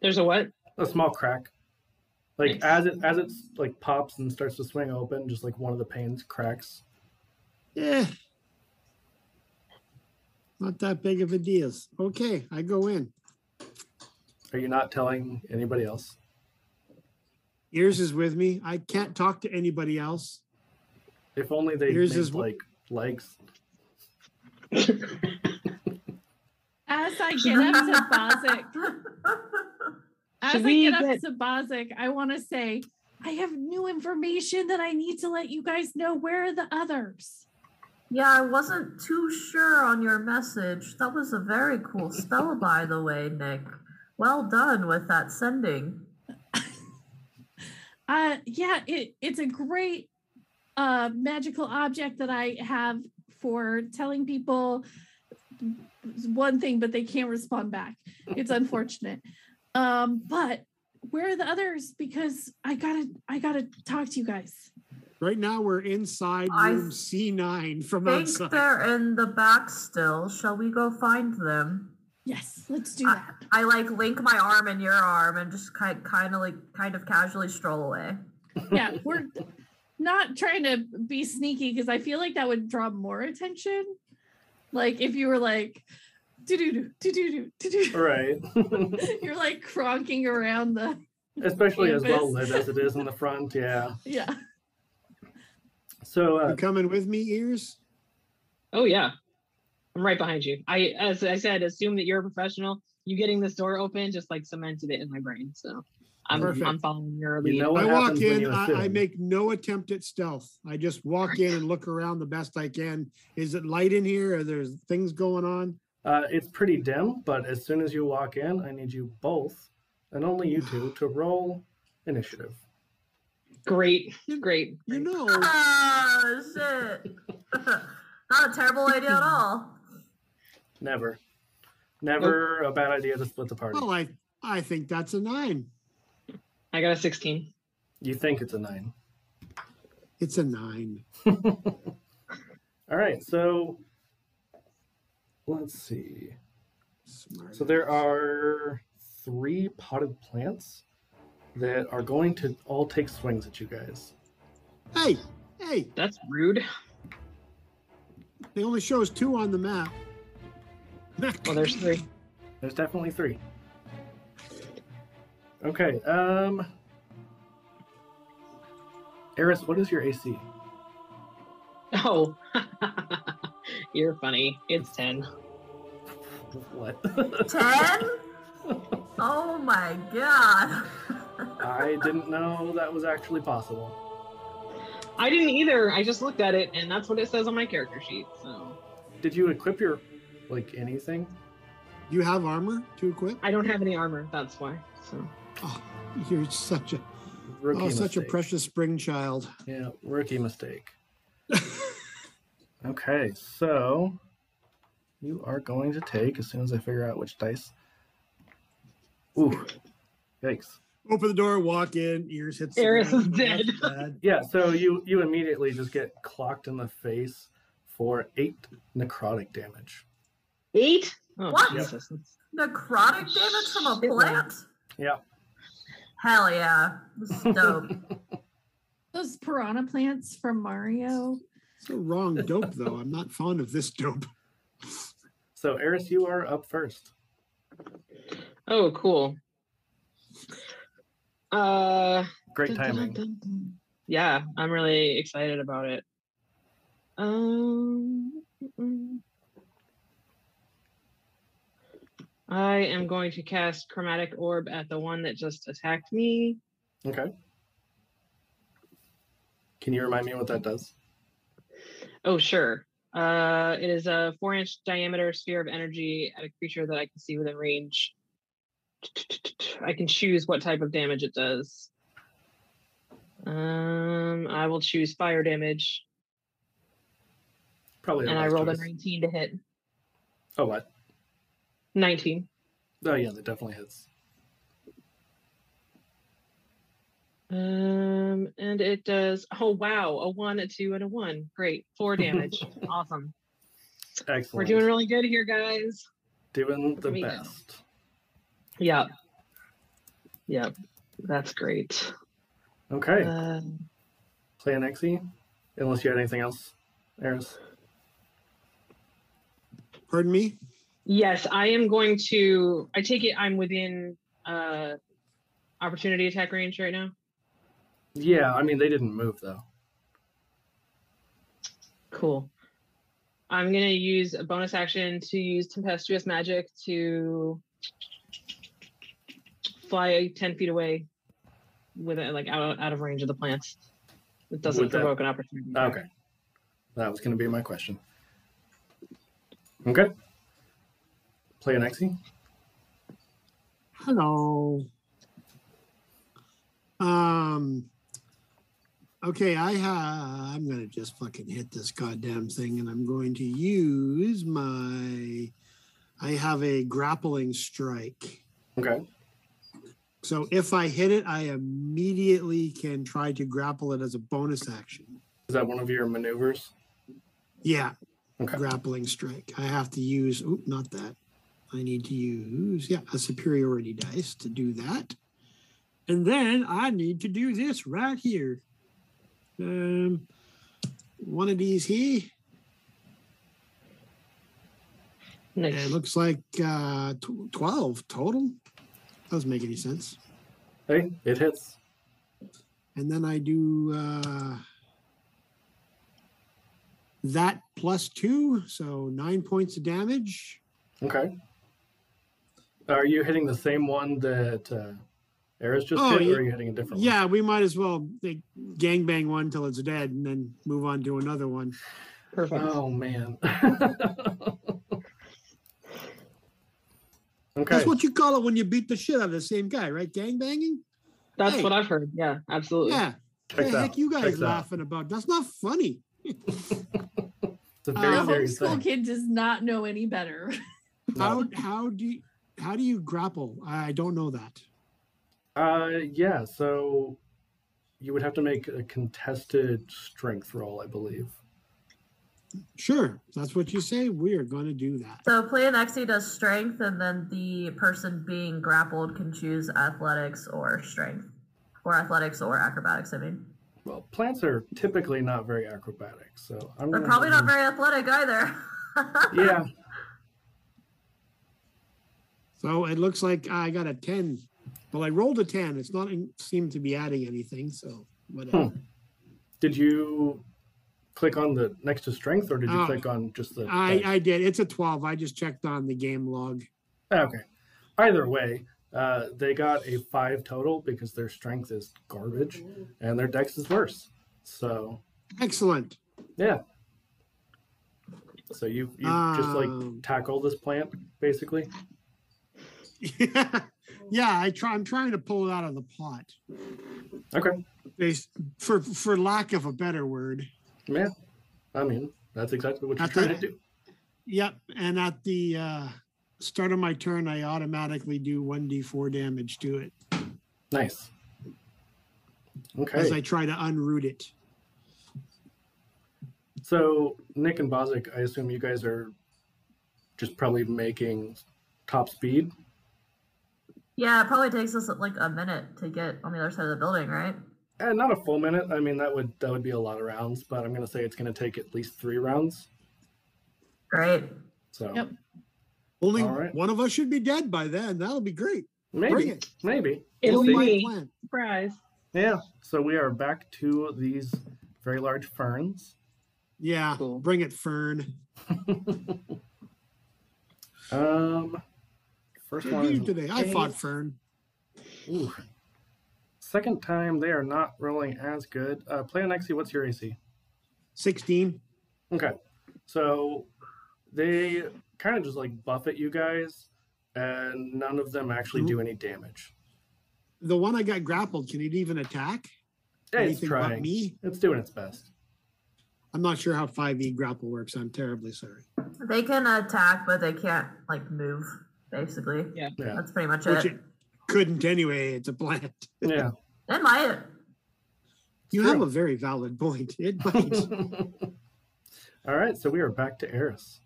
F: There's a what?
G: a small crack. Like
F: Nice.
G: as it as it's like pops and starts to swing open, just like one of the panes cracks.
C: Yeah. Eh. Not that big of a deal. Okay, I go in.
G: Are you not telling anybody else?
C: Ears is with me. I can't talk to anybody else.
G: If only they
C: Here's
G: made,
C: his w-
G: like legs.
D: As I get up to Bozic, as
F: Should
D: I
F: we
D: get up
F: get-
D: to Bozic, I want to say, I have new information that I need to let you guys know. Where are the others?
E: Yeah, I wasn't too sure on your message. That was a very cool spell, by the way, Nick. Well done with that sending.
D: Uh, yeah, it, it's a great uh, magical object that I have for telling people one thing, but they can't respond back. It's unfortunate. Um, but where are the others? Because I gotta, I gotta talk to you guys.
C: Right now, we're inside
E: I
C: room C9 from
E: Think
C: outside.
E: they're in the back still. Shall we go find them?
D: Yes, let's do that.
E: I like link my arm in your arm and just kind kind of like kind of casually stroll away.
D: yeah, we're not trying to be sneaky because I feel like that would draw more attention. Like if you were like, do do do do do do,
G: Right.
D: you're like cronking around the
G: Especially as well
D: Canvas.
G: lit as it is in the front. Yeah.
D: yeah.
G: So
C: You
G: uh,
C: coming with me, Ears?
F: Oh yeah, I'm right behind you. I, as I said, assume that you're a professional. You getting this door open just like cemented it in my brain. So I'm,
C: Perfect.
F: I'm following your lead.
G: you know what
C: I walk
G: happens when
C: in,
G: you
C: I, I
G: assume.
C: make no attempt at stealth. I just walk in and look around the best I can. Is it light in here? Are there things going on?
G: Uh, it's pretty dim, but as soon as you walk in, I need you both, and only you two, to roll initiative.
F: Great,
C: You-
F: great.
C: You
F: great.
C: know,
E: Oh shit! Not a terrible idea at all.
G: Never, never a bad idea to split the party.
C: well, I, I think that's a nine.
F: I got a 16.
G: You think it's a nine.
C: It's a nine.
G: All right, so let's see.
C: Smart.
G: So there are three potted plants that are going to all take swings at you guys.
C: Hey, hey,
F: That's rude.
C: they only shows two on the map.
F: Well, there's three.
G: There's definitely three. Okay. Um. Eris, what is your AC?
F: Oh, you're funny. It's 10.
G: What?
E: Ten? Oh my god!
G: I didn't know that was actually possible.
F: I didn't either. I just looked at it, and that's what it says on my character sheet. So
G: Did you equip your like anything?
C: Do you have armor to equip?
F: I don't have any armor. That's why. So
C: Oh, you're such a
G: Rookie
C: oh, such a
G: mistake.
C: precious spring child.
G: Yeah, rookie mistake. okay, so you are going to take as soon as I figure out which dice. Ooh, yikes!
C: Open the door, walk in. Ears hits. the
F: Eris
C: ground. Oh,
F: is
C: That's
F: dead.
C: bad.
G: Yeah, so you you immediately just get clocked in the face for eight necrotic damage.
F: eight. Oh,
E: What?
F: Jesus. That's-
E: Necrotic damage from a
F: Shit, man.
E: plant?
G: Yeah.
E: Hell yeah! This is dope.
D: Those piranha plants from Mario.
C: It's the wrong dope though. I'm not fond of this dope.
G: So Eris, you are up first.
F: Oh, cool. Uh,
G: Great
F: Dun, dun,
G: timing.
F: dun, dun, dun. Yeah, I'm really excited about it. Um, mm. I am going to cast Chromatic Orb at the one that just attacked me.
G: Okay. Can you remind me what that does?
F: Oh, sure. Uh, it is a four inch diameter sphere of energy at a creature that I can see within range. I can choose what type of damage it does. Um, I will choose fire damage,
G: Probably. the
F: and I
G: last
F: rolled a
G: choice.
F: 19 to hit.
G: Oh what?
F: 19.
G: Oh yeah, that definitely hits.
F: Um, and it does. Oh wow, a one, a two, and a one. Great, four damage. awesome.
G: Excellent.
F: We're doing really good here, guys.
G: Doing the
F: me now.
G: best.
F: Yep. Yep. That's great.
G: Okay.
F: Um,
G: Plan Xe. Unless you had anything else, Eris.
C: Pardon me?
F: Yes, I am going to. I take it I'm within uh opportunity attack range right now.
G: Yeah, I mean they didn't move though.
F: Cool. I'm gonna use a bonus action to use tempestuous magic to fly ten feet away, with it, like out out of range of the plants. It doesn't
G: Would that- Uh,
F: provoke an opportunity. attack.
G: Okay. That was going to be my question. Okay. E, Play an Xe.
C: Hello. Um. Okay, I ha I'm gonna just fucking hit this goddamn thing, and I'm going to use my. I have a grappling strike,
G: Okay.
C: so if I hit it, I immediately can try to grapple it as a bonus action.
G: Is that one of your maneuvers?
C: Yeah,
G: Okay.
C: grappling strike. I have to use. Oop, not that. I need to use yeah a superiority dice to do that, and then I need to do this right here. Um, one of these here. and
F: Nice.
C: It looks like uh, tw- twelve total. Doesn't make any sense.
G: Hey, it hits.
C: And then I do uh, that plus two, so nine points of damage.
G: Okay. Are you hitting the same one that uh, Eris just
C: Oh,
G: hit,
C: yeah.
G: or are you hitting a different one?
C: Yeah, we might as well like, gangbang one till it's dead and then move on to another one.
F: Perfect.
G: Oh man. okay.
C: That's what you call it when you beat the shit out of the same guy, right? Gangbanging?
F: That's
C: hey.
F: what I've heard. Yeah, absolutely.
C: Yeah. What
G: Check
C: the heck
G: that.
C: you guys
G: Check that.
C: laughing about? That's not funny.
G: It's a
C: Uh,
G: very
D: the
G: serious
D: homeschool
G: thing.
D: kid does not know any better.
G: No.
C: How how do you, how do you grapple? I don't know that.
G: Uh, yeah. So you would have to make a contested strength roll, I believe.
C: Sure, that's what you say. We are going to do that.
E: So Plan Xe does strength, and then the person being grappled can choose athletics or strength, or athletics or acrobatics. I mean,
G: Well, plants are typically not very acrobatic, so I'm
E: they're
G: gonna-
E: probably not very athletic either.
G: Yeah.
C: So it looks like I got a ten. Well, I rolled a ten. It's not in- seem to be adding anything. So whatever.
G: Hmm. Did you click on the next to strength, or did you
C: Uh,
G: click on just the?
C: I I did. It's a twelve. I just checked on the game log.
G: okay. Either way, uh, they got a five total because their strength is garbage, and their dex is worse. So
C: Excellent.
G: yeah. So you you just
C: Um.
G: like tackle this plant basically.
C: yeah, I try. I'm trying to pull it out of the pot,
G: Okay.
C: Bas- for for lack of a better word.
G: Yeah. I mean, that's exactly what you're
C: That's
G: trying
C: it.
G: to do.
C: Yep. And at the uh, start of my turn, I automatically do one d4 damage to it
G: Nice.
C: as
G: Okay.
C: I try to unroot it.
G: So Nick and Bozic, I assume you guys are just probably making top speed.
E: yeah, it probably takes us like a minute to get on the other side of the building, right?
G: And Eh, not a full minute. I mean that would that would be a lot of rounds, but I'm gonna say it's gonna take at least three rounds.
E: Great.
G: So
D: Yep.
C: Only
G: All right.
C: one of us should be dead by then. That'll be great. Bring
G: Maybe,
C: it.
G: maybe.
F: It'll
G: We'll
F: be
G: see.
F: me.
C: plan.
F: Surprise.
G: Yeah. So we are back to these very large ferns.
C: Yeah,
F: Cool.
C: bring it, Fern.
G: Um, first
C: What
G: one.
C: did you do today?
G: Is,
C: I fought Fern.
G: ooh. Second time, they are not rolling as good. Uh, play on XC. What's your AC?
C: 16.
G: Okay. So they kind of just like buffet you guys, and none of them actually do any damage.
C: The one I got grappled, can it even attack?
G: Yeah, it's
C: Anything but
G: trying.
C: me?
G: It's doing its best.
C: I'm not sure how 5e grapple works. I'm terribly sorry.
E: They can attack, but they can't like move. Basically,
F: Yeah.
G: Yeah.
E: that's pretty much
C: Which
E: it.
C: it couldn't anyway. It's a plant.
G: Yeah.
E: It might.
C: You
G: True.
C: have a very valid point. It bites.
G: All right. So we are back to Eris.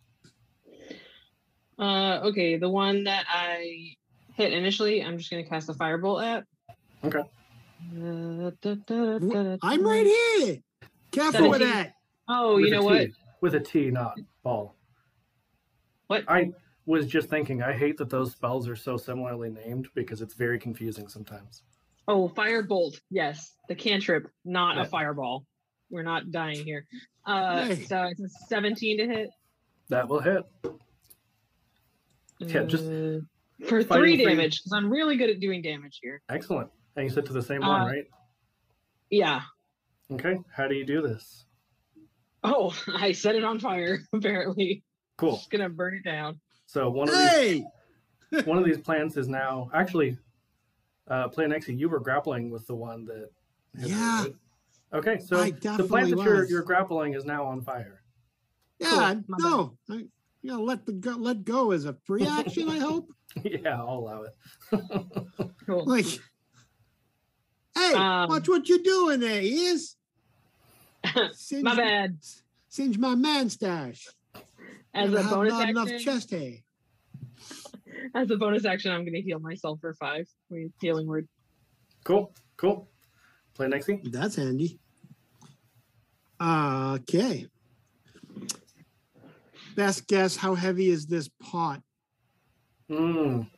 F: Uh, okay, the one that I hit initially, I'm just gonna cast a firebolt at.
G: Okay.
F: Uh, da, da, da, da,
C: I'm
F: da.
C: right here. Careful with that.
F: Seventeen. Oh,
G: With
F: you
G: a
F: know
G: T.
F: what?
G: With a T, not ball.
F: What?
G: I was just thinking, I hate that those spells are so similarly named because it's very confusing sometimes.
F: Oh, firebolt. Yes, the cantrip, not
G: Yeah.
F: a fireball. We're not dying here. Uh,
C: Hey.
F: So it's a 17 to hit.
G: That will hit. Yeah, just
F: Uh, for
G: fire
F: three
G: three.
F: damage because I'm really good at doing damage here.
G: Excellent. And you said to the same one,
F: Uh,
G: right?
F: Yeah.
G: Okay. How do you do this?
F: Oh, I set it on fire. Apparently,
G: Cool.
F: just gonna burn it down.
G: So one of these
C: Hey,
G: one of these plants is now actually uh plan Exy, you were grappling with the one that hit her,
C: Yeah.
G: right? Okay, so
C: I
G: the plant
C: definitely
G: that you're,
C: was.
G: you're grappling is now on fire.
C: yeah,
F: Cool. My bad.
C: no. I, you gotta let the go, let go as a free action. I hope.
G: yeah, I'll allow it.
F: Cool.
C: Like, hey,
F: Um,
C: watch what you're doing there, ears. Singe,
F: My bad.
C: Singe my man stash.
F: As
C: Gotta
F: a
C: have
F: bonus
C: not enough
F: action,
C: chest hair.
F: as a bonus action, I'm gonna heal myself for five. We healing word.
G: Cool, cool. Plan Exy.
C: That's handy. Okay. Best guess, how heavy is this pot?
G: Mm.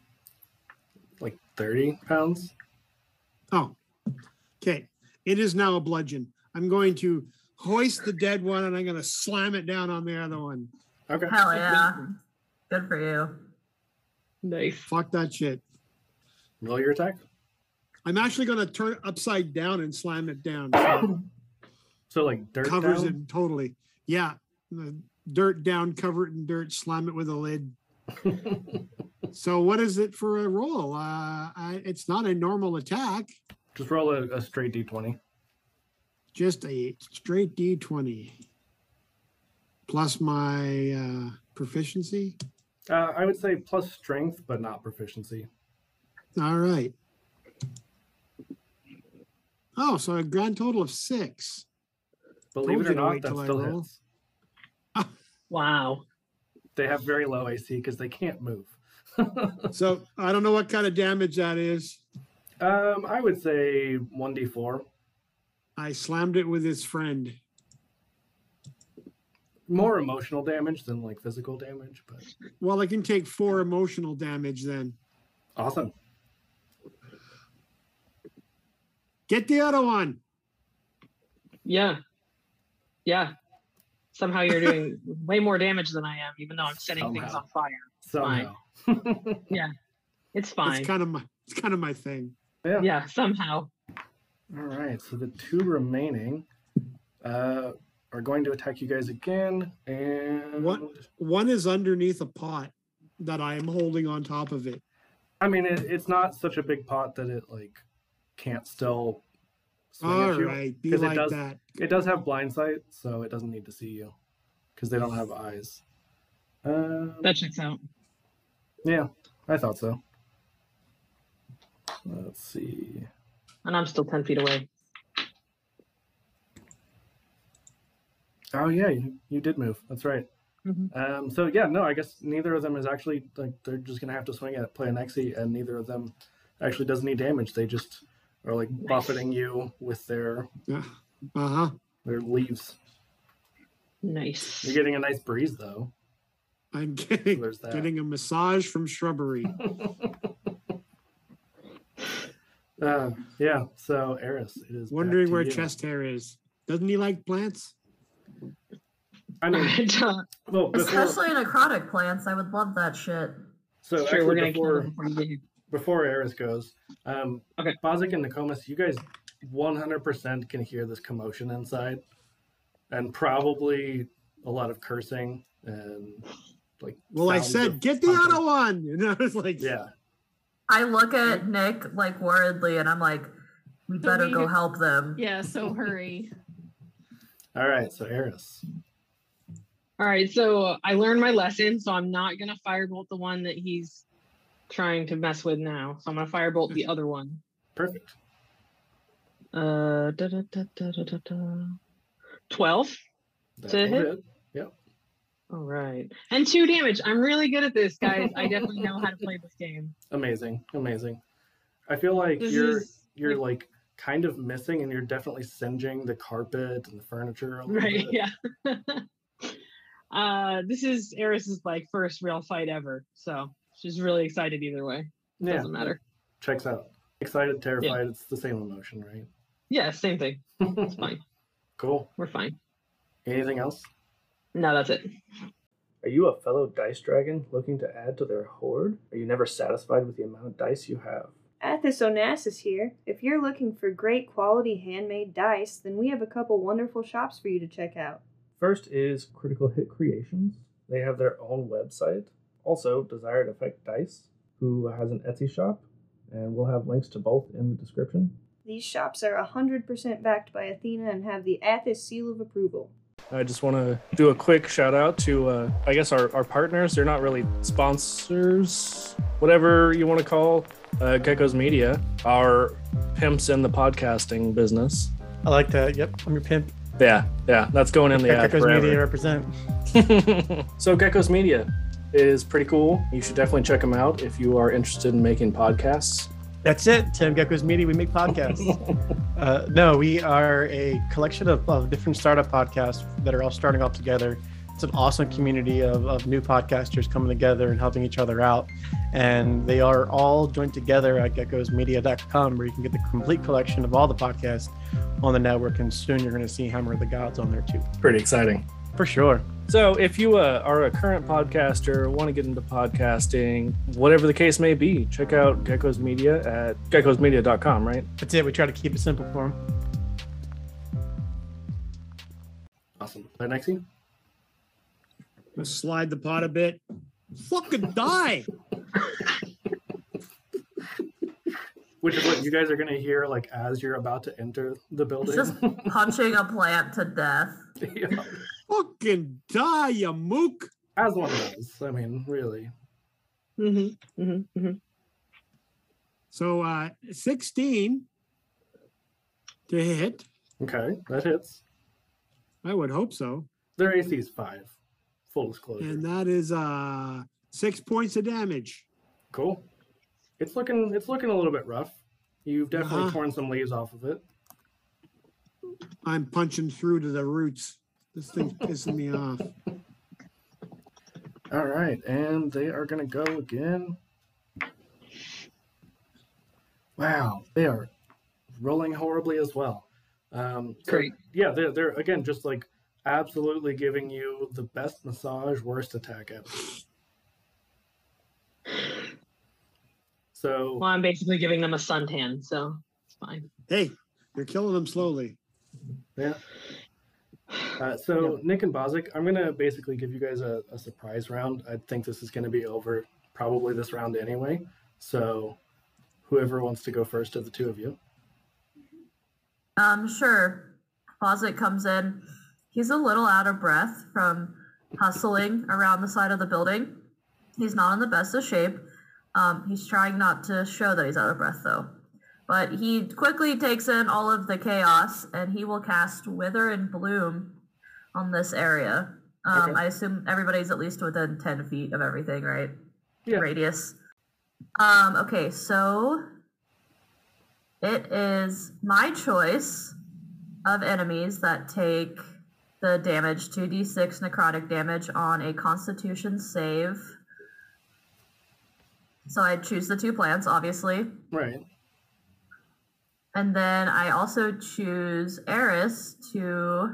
G: Like 30 pounds?
C: Oh, okay. It is now a bludgeon. I'm going to hoist the dead one and I'm going to slam it down on the other one.
G: Okay.
E: Hell yeah. Good for you.
F: Nice.
C: Fuck that shit.
G: Roll your attack.
C: I'm actually going to turn it upside down and slam it down. So
G: So like dirt
C: it covers
G: down?
C: it totally. Yeah. the Dirt down, cover it in dirt, slam it with a lid. so what is it for a roll? Uh, I, it's not a normal attack.
G: Just roll a, a straight d20.
C: just a straight d20 plus my uh, proficiency.
G: Uh, I would say plus strength, but not proficiency.
C: All right. Oh, so a grand total of six.
G: Believe
C: Told
G: it or
C: you to
G: not,
C: wait
G: that
C: till I
G: still
C: roll.
G: hits.
F: Wow.
G: They have very low AC because they can't move.
C: So I don't know what kind of damage that is.
G: Um, I would say 1d4.
C: I slammed it with his friend.
G: More emotional damage than like physical damage, but
C: Well, I can take four emotional damage then.
G: awesome.
C: Get the other one.
F: Yeah. Yeah. Somehow you're doing way more damage than I am, even though I'm setting things
G: Somehow.
F: on fire.
G: Somehow.
F: It's fine.
C: It's kind of my it's kind of my thing.
G: yeah.
F: yeah, somehow.
G: All right. So the two remaining uh, are going to attack you guys again. And
C: What? One is underneath a pot that I am holding on top of it.
G: I mean, it, it's not such a big pot that it like can't still. swing at
C: All
G: you.
C: right, be
G: 'Cause it
C: like
G: does-
C: that.
G: It does have blind sight, so it doesn't need to see you because they don't have eyes. Um,
F: That checks out.
G: yeah, I thought so. Let's see.
F: And I'm still 10 feet away.
G: Oh yeah, you, you did move. That's right.
F: Mhm.
G: Um, so yeah, no, I guess neither of them is actually like they're just gonna have to swing at play an Exi, and neither of them actually does any damage. They just are like buffeting you with their
C: Uh huh.
G: their leaves.
F: Nice.
G: You're getting a nice breeze though.
C: I'm getting
G: There's that.
C: getting a massage from shrubbery.
G: Uh, yeah. So Eris, it is. back
C: Wondering
G: to
C: where
G: you.
C: chest hair is. Doesn't he like plants?
G: I mean, well, before,
E: Especially necrotic plants. I would love that shit.
G: so
F: sure, we're
G: actually
F: gonna
G: before
F: kill him before we get here.
G: before Eris goes, um,
F: Okay.
G: Bozic and Nokomis, you guys 100% can hear this commotion inside, and probably a lot of cursing and like.
C: Well, I
G: sounds
C: said,
G: of
C: get the
G: thumping.
C: other one. And I was like,
G: Yeah.
E: I look at Nick like worriedly and I'm like, we
D: So
E: better
D: we-
E: go help them.
D: Yeah, so hurry.
G: All right. So Eris.
F: All right, so I learned my lesson, so I'm not gonna firebolt the one that he's trying to mess with now. So I'm gonna firebolt the other one.
G: Perfect.
F: Uh, da, da, da, da, da, da, da. twelve.
G: That's
F: To hit?
G: it.
F: All right, and two damage. I'm really good at this, guys. I definitely know how to play this game.
G: Amazing. Amazing. I feel like
F: This
G: you're
F: is
G: you're like kind of missing and you're definitely singeing the carpet and the furniture a little
F: right,
G: bit.
F: yeah. uh, this is Eris's like first real fight ever, so she's really excited either way.
G: Yeah,
F: Doesn't matter.
G: Checks out. Excited, terrified, it's the same emotion, right?
F: Yeah, same thing. It's fine.
G: Cool.
F: We're fine.
G: Anything else?
F: No, that's it.
H: Are you a fellow dice dragon looking to add to their hoard? Are you never satisfied with the amount of dice you have?
I: Athos Onassis here. If you're looking for great quality handmade dice, then we have a couple wonderful shops for you to check out.
H: First is Critical Hit Creations. They have their own website. Also, Desired Effect Dice, who has an Etsy shop, and we'll have links to both in the description.
I: These shops are 100% backed by Athena and have the Athos seal of approval.
A: I just want to do a quick shout out to, uh, I guess, our, our partners. They're not really sponsors, whatever you want to call uh, Gecko's Media, our pimps in the podcasting business.
J: I like that. Yep, I'm your pimp.
A: Yeah, yeah, that's going in the ad
J: Echoes Media
A: forever.
J: represent.
A: so Gecko's Media is pretty cool. You should definitely check them out if you are interested in making podcasts.
J: That's it. Tim Gecko's Media. We make podcasts. uh, no, we are a collection of, of different startup podcasts that are all starting off together. It's an awesome community of, of new podcasters coming together and helping each other out. And they are all joined together at geckosmedia.com, where you can get the complete collection of all the podcasts on the network. And soon you're going to see Hammer of the Gods on there too.
A: Pretty exciting.
J: For sure.
A: So, if you uh, are a current podcaster, want to get into podcasting, whatever the case may be, check out Gecko's Media at geckosmedia.com, right?
J: That's it. We try to keep it simple for them.
G: Awesome. Uh, Nexi?
C: Let's slide the pot a bit. Fucking die.
G: Which is what you guys are going to hear like as you're about to enter the building.
E: just- Punching a plant to death.
G: Yeah.
C: Fucking die, you mook.
G: As one does. I mean, really.
F: Mm-hmm. Mm-hmm. hmm
C: So uh 16 to hit.
G: Okay, that hits.
C: I would hope so.
G: Their AC is five. Full disclosure.
C: And that is uh six points of damage.
G: Cool. It's looking it's looking a little bit rough. You've definitely
C: Uh-huh.
G: torn some leaves off of it.
C: I'm punching through to the roots. This thing's pissing me off.
G: All right, and they are gonna go again. Wow, they are rolling horribly as well. Um, so,
F: Great.
G: Yeah, they're they're again just like absolutely giving you the best massage, worst attack ever. So
F: Well, I'm basically giving them a suntan, so it's fine.
C: Hey, you're killing them slowly.
G: Uh, so Nick and Bozic, I'm gonna basically give you guys a, a surprise round. I think this is gonna be over probably this round anyway. So whoever wants to go first of the two of you.
E: Um, sure. Fawcett comes in. He's a little out of breath from hustling around the side of the building. He's not in the best of shape. Um, he's trying not to show that he's out of breath, though. But he quickly takes in all of the chaos and he will cast Wither and Bloom on this area. Um,
G: Okay.
E: I assume everybody's at least within 10 feet of everything, right?
G: Yeah.
E: Radius. Um, okay, so it is my choice of enemies that take the damage 2d6 necrotic damage on a constitution save. So I choose the two plants, obviously.
G: Right.
E: And then I also choose Eris to.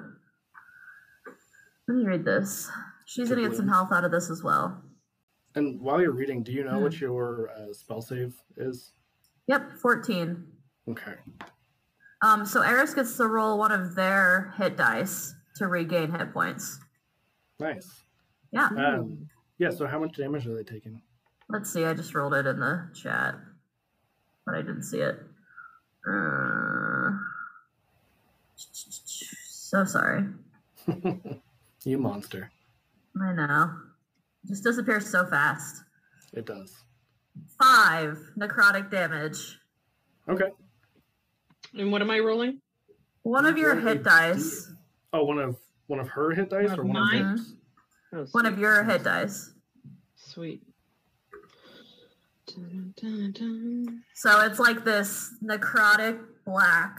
E: Let me read this. She's going to get some
G: Typically.
E: health out of this as well.
G: And while you're reading, do you know
E: Hmm.
G: what your uh, spell save is?
E: Yep, 14.
G: Okay.
E: Um, so Eris gets to roll one of their hit dice to regain hit points.
G: Nice.
E: Yeah.
G: Um, yeah. So how much damage are they taking?
E: Let's see. I just rolled it in the chat, but I didn't see it. Uh, so sorry.
G: You monster.
E: I know. It just disappears so fast.
G: It does.
E: Five necrotic damage.
G: Okay.
F: And what am I rolling?
E: One of your
G: Roll a
E: hit dice.
G: Oh, one of one of her hit dice
F: One
G: or
F: of
G: one of
F: mine?
G: theirs?
F: Oh,
E: One
F: sweet.
E: of your hit dice.
F: Sweet. Dun, dun, dun, dun.
E: So it's like this necrotic black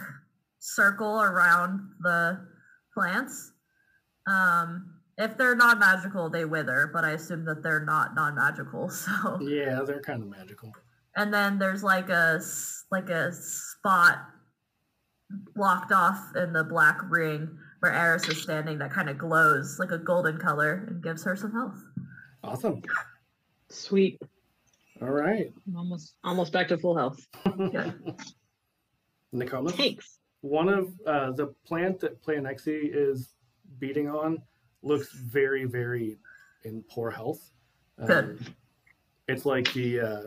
E: circle around the plants. Um, if they're non magical, they wither, but I assume that they're not non magical. So
G: Yeah, they're kind of magical.
E: and then there's like a s- like a spot blocked off in the black ring where Eris is standing that kind of glows like a golden color and gives her some health.
G: Awesome.
F: Sweet.
G: All right.
F: I'm almost almost back to full health.
G: Nicomas.
F: Thanks.
G: One of uh, the plant that Planexi is beating on looks very, very in poor health. Um,
E: Good.
G: it's like the uh,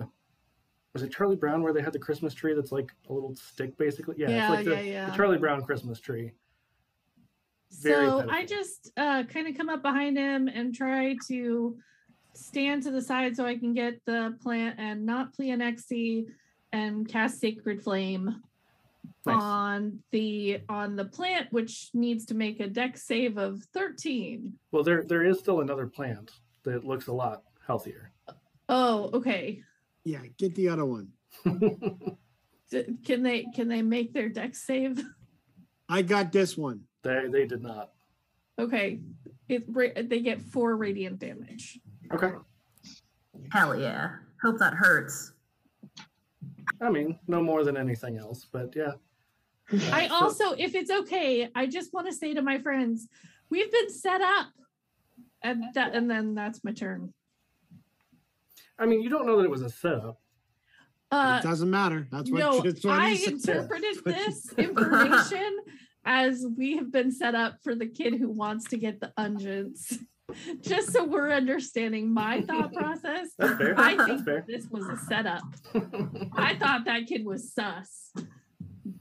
G: was it Charlie Brown where they had the Christmas tree that's like a little stick, basically. Yeah,
D: Yeah,
G: it's like the,
D: yeah, yeah.
G: the Charlie Brown Christmas tree. Very
D: So I
G: pitiful.
D: just uh, kind of come up behind him and try to stand to the side so I can get the plant and not Pleonexi and cast Sacred Flame
G: Nice.
D: on the on the plant, which needs to make a deck save of 13.
G: Well, there there is still another plant that looks a lot healthier.
D: Oh, okay.
C: Yeah, get the other one.
D: D- Can they can they make their deck save?
C: I got this one.
G: They they did not.
D: Okay. It ra- they get four radiant damage.
G: Okay.
E: Hell yeah. Hope that hurts.
G: I mean, no more than anything else, but yeah.
D: I
G: Uh, so-
D: also, if it's okay, I just want to say to my friends, we've been set up. And that and then that's my turn.
G: I mean, you don't know that it was a setup.
D: Uh
C: it doesn't matter. That's what.
D: no,
C: that's what
D: I
C: he said.
D: interpreted this information as we have been set up for the kid who wants to get the unguents. Just so we're understanding my thought process.
G: That's fair.
D: I
G: That's
D: think
G: fair.
D: this was a setup. I thought that kid was sus.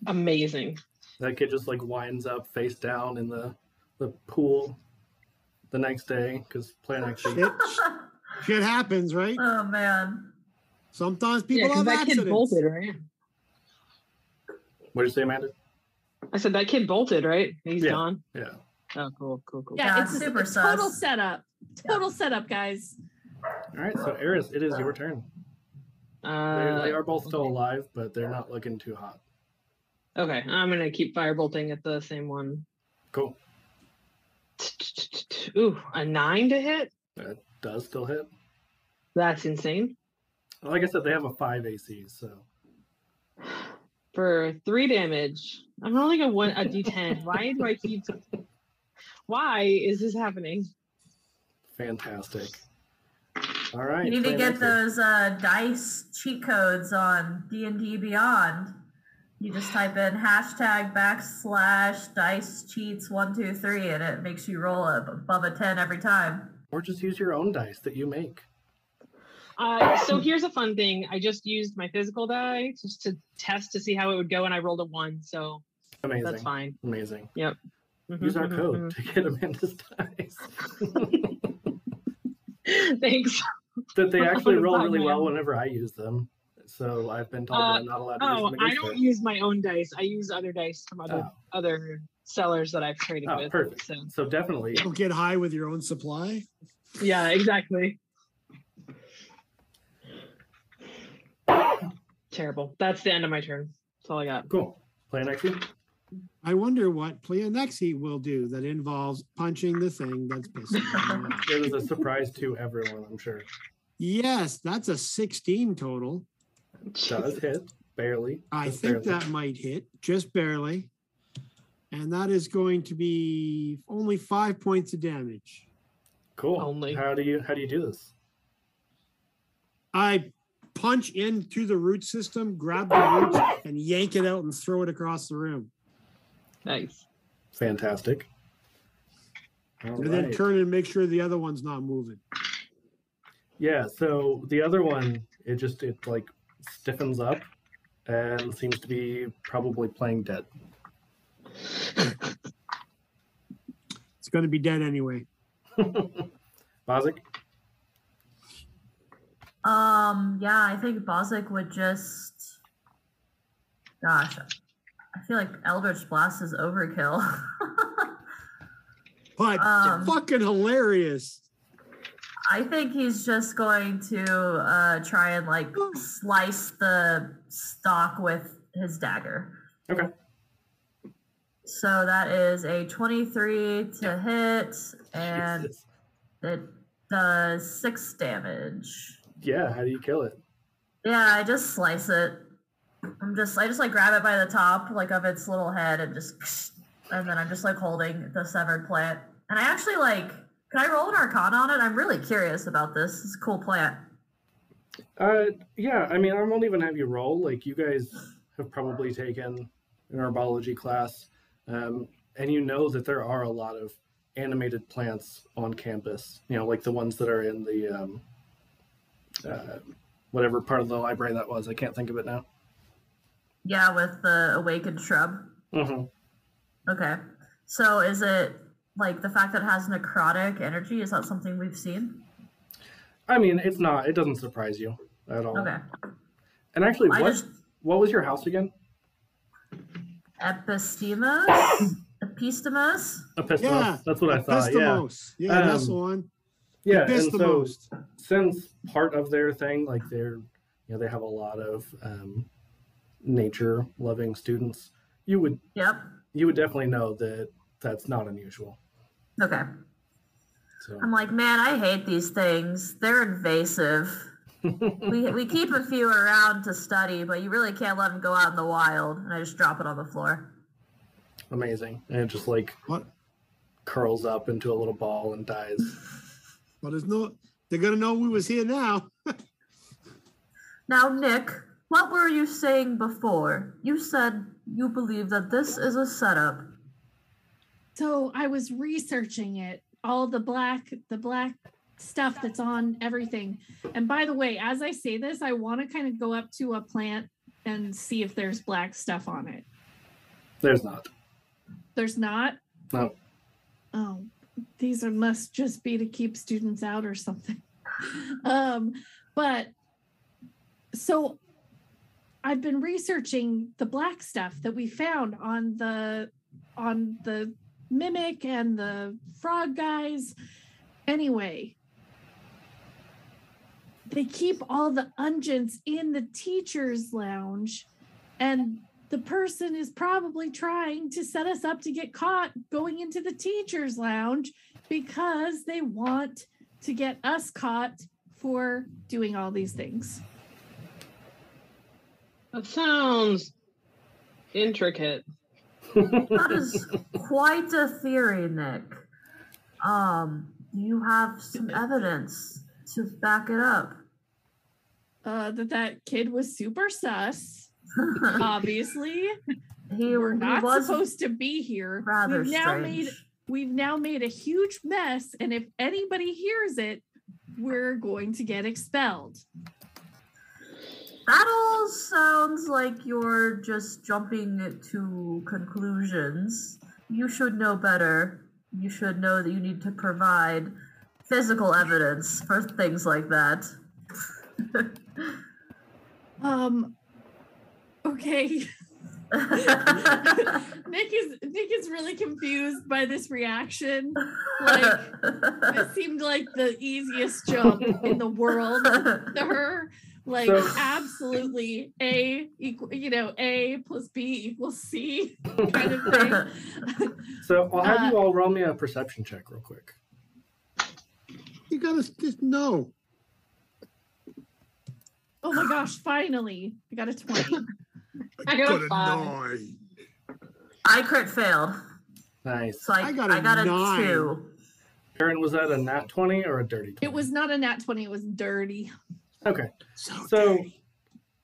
F: Amazing.
G: That kid just like winds up face down in the the pool the next day because plan actually.
C: Shit, shit happens, right?
E: Oh man.
C: Sometimes
F: Yeah,
C: people
F: 'cause
C: have
F: that
C: accidents.
F: kid bolted, right?
G: What did you say, Amanda?
F: I said that kid bolted, right? He's
G: Yeah.
F: gone.
G: Yeah.
F: Oh, cool, cool, cool.
D: Yeah,
E: Yeah,
D: it's
E: super
D: super total
E: sus.
D: setup. Total setup, guys.
G: All right, so Eris, it is your
E: Uh,
G: turn. They,
F: Uh,
G: they are both still alive, but they're not looking too hot.
F: Okay, I'm gonna keep firebolting at the same one.
G: Cool.
F: Ooh, a nine to hit?
G: That does still hit.
F: That's insane.
G: Like I said, they have a five AC, so
F: For three damage. I'm rolling a one a D10. Why do I keep why is this happening?
G: fantastic. All right.
E: You need to
G: Plan
E: get
G: Exi.
E: those uh, dice cheat codes on D and D Beyond. You just type in hashtag backslash dice cheats one two three, and it makes you roll ab- above a ten every time.
G: Or just use your own dice that you make.
F: Uh, so here's a fun thing. I just used my physical die just to test to see how it would go, and I rolled a one, so
G: Amazing.
F: that's fine.
G: Amazing.
F: Mhm,
E: Mm-hmm,
G: Use our
F: mhm,
G: code to get Amanda's dice.
F: mhm. Thanks.
G: that they
F: I'm
G: actually
F: gonna
G: roll
F: buy
G: really
F: one.
G: well whenever I use them. So I've been told that
F: Uh,
G: I'm not allowed to use
F: Oh,
G: them
F: I
G: against
F: don't
G: her.
F: use my own dice. I use other dice from other other sellers that I've traded
G: Oh,
F: with.
G: perfect.
F: So
G: So definitely,
C: Don't get high with your own supply.
F: yeah, exactly. Terrible. That's the end of my turn. That's all I got.
G: cool. Plan E. action.
C: I wonder what Pleonexi will do that involves punching the thing that's pissing. me off.
G: It was a surprise to everyone, I'm sure.
C: yes, that's a 16 total.
G: Does hit barely.
C: I
G: Just
C: think
G: barely.
C: that might hit just barely. And that is going to be only five points of damage.
G: cool.
F: Only.
G: How do you how do you do this?
C: I punch into the root system, grab the root, and yank it out and throw it across the room.
F: Nice.
G: Fantastic. All
C: And then
G: right.
C: turn and make sure the other one's not moving.
G: Yeah, so the other one, it just it like stiffens up and seems to be probably playing dead.
C: It's going to be dead anyway.
G: Bozic,
E: Um, yeah, I think Bozic would just. Gosh, I feel like Eldritch Blast is overkill.
C: But
E: Um.
C: fucking hilarious.
E: I think he's just going to uh, try and like slice the stock with his dagger.
G: Okay.
E: So that is a 23 to hit, and
G: Jesus.
E: it does six damage.
G: yeah, how do you kill it?
E: Yeah, I just slice it. I'm just I just like grab it by the top like of its little head and just and then I'm just like holding the severed plant. And I actually like can I roll an arcana on it? I'm really curious about this. It's a cool plant.
G: Uh, yeah, I mean, I won't even have you roll. Like, you guys have probably taken an herbology class, um, and you know that there are a lot of animated plants on campus. You know, like the ones that are in the um, uh, whatever part of the library that was. I can't think of it now.
E: Yeah, with the awakened shrub.
G: Mhm.
E: Okay. So is it like the fact that it has necrotic energy? Is that something we've seen?
G: I mean, it's not. It doesn't surprise you at all.
E: Okay.
G: And actually,
E: I
G: what
E: just
G: what was your house again?
E: epistemos? epistemos?
G: Epistomos.
C: Yeah,
G: That's what I thought. Yeah.
C: Pistomos. Yeah, that's the
G: Um,
C: one.
G: Yeah. and so-
C: Pistomos.
G: since part of their thing, like they're, you know, they have a lot of um, nature-loving students. You would,
E: Yep.
G: you would definitely know that that's not unusual.
E: Okay.
G: So,
D: Um,
E: I'm like, man, I hate these things. They're invasive. we, we keep a few around to study, but you really can't let them go out in the wild. And I just drop it on the floor.
G: amazing, and it just like
C: What?
G: curls up into a little ball and dies.
C: But there's no, they're going to know we was here now.
E: Now, Nick, what were you saying before? You said you believe that this is a setup.
D: So I was researching it, all the black, the black stuff that's on everything. And by the way, as I say this, I want to kind of go up to a plant and see if there's black stuff on it.
G: There's not.
D: There's not.
G: No.
D: Oh, these are must just be to keep students out or something. um, but so I've been researching the black stuff that we found on the on the mimic and the frog guys. Anyway, they keep all the unguents in the teachers' lounge, and the person is probably trying to set us up to get caught going into the teachers' lounge because they want to get us caught for doing all these things.
F: That sounds intricate.
E: That is quite a theory, Nick. Um, you have some evidence to back it up.
D: Uh, that that kid was super sus. Obviously,
E: he,
D: we're
E: he
D: not
E: was
D: supposed to be here.
E: rather
D: We've now
E: strange.
D: made we've now made a huge mess, and if anybody hears it, we're going to get expelled.
E: That all sounds like you're just jumping to conclusions. You should know better. You should know that you need to provide physical evidence for things like that.
D: Um. Okay. Nick is Nick is really confused by this reaction. Like it seemed like the easiest job in the world to her. Like
G: So-
D: absolutely A equal, you know, A plus B equals C kind of thing.
G: So I'll
D: Uh,
G: have you all roll me a perception check real quick.
C: You gotta s- just know.
D: Oh my gosh, finally. I got a 20.
F: I got a five.
C: nine.
E: I crit failed.
G: Nice.
E: So I, I got a,
C: nine.
E: two.
G: Karen, was that a nat 20 or a dirty 20?
D: It was not a nat 20, it was dirty.
G: Okay.
C: So,
G: So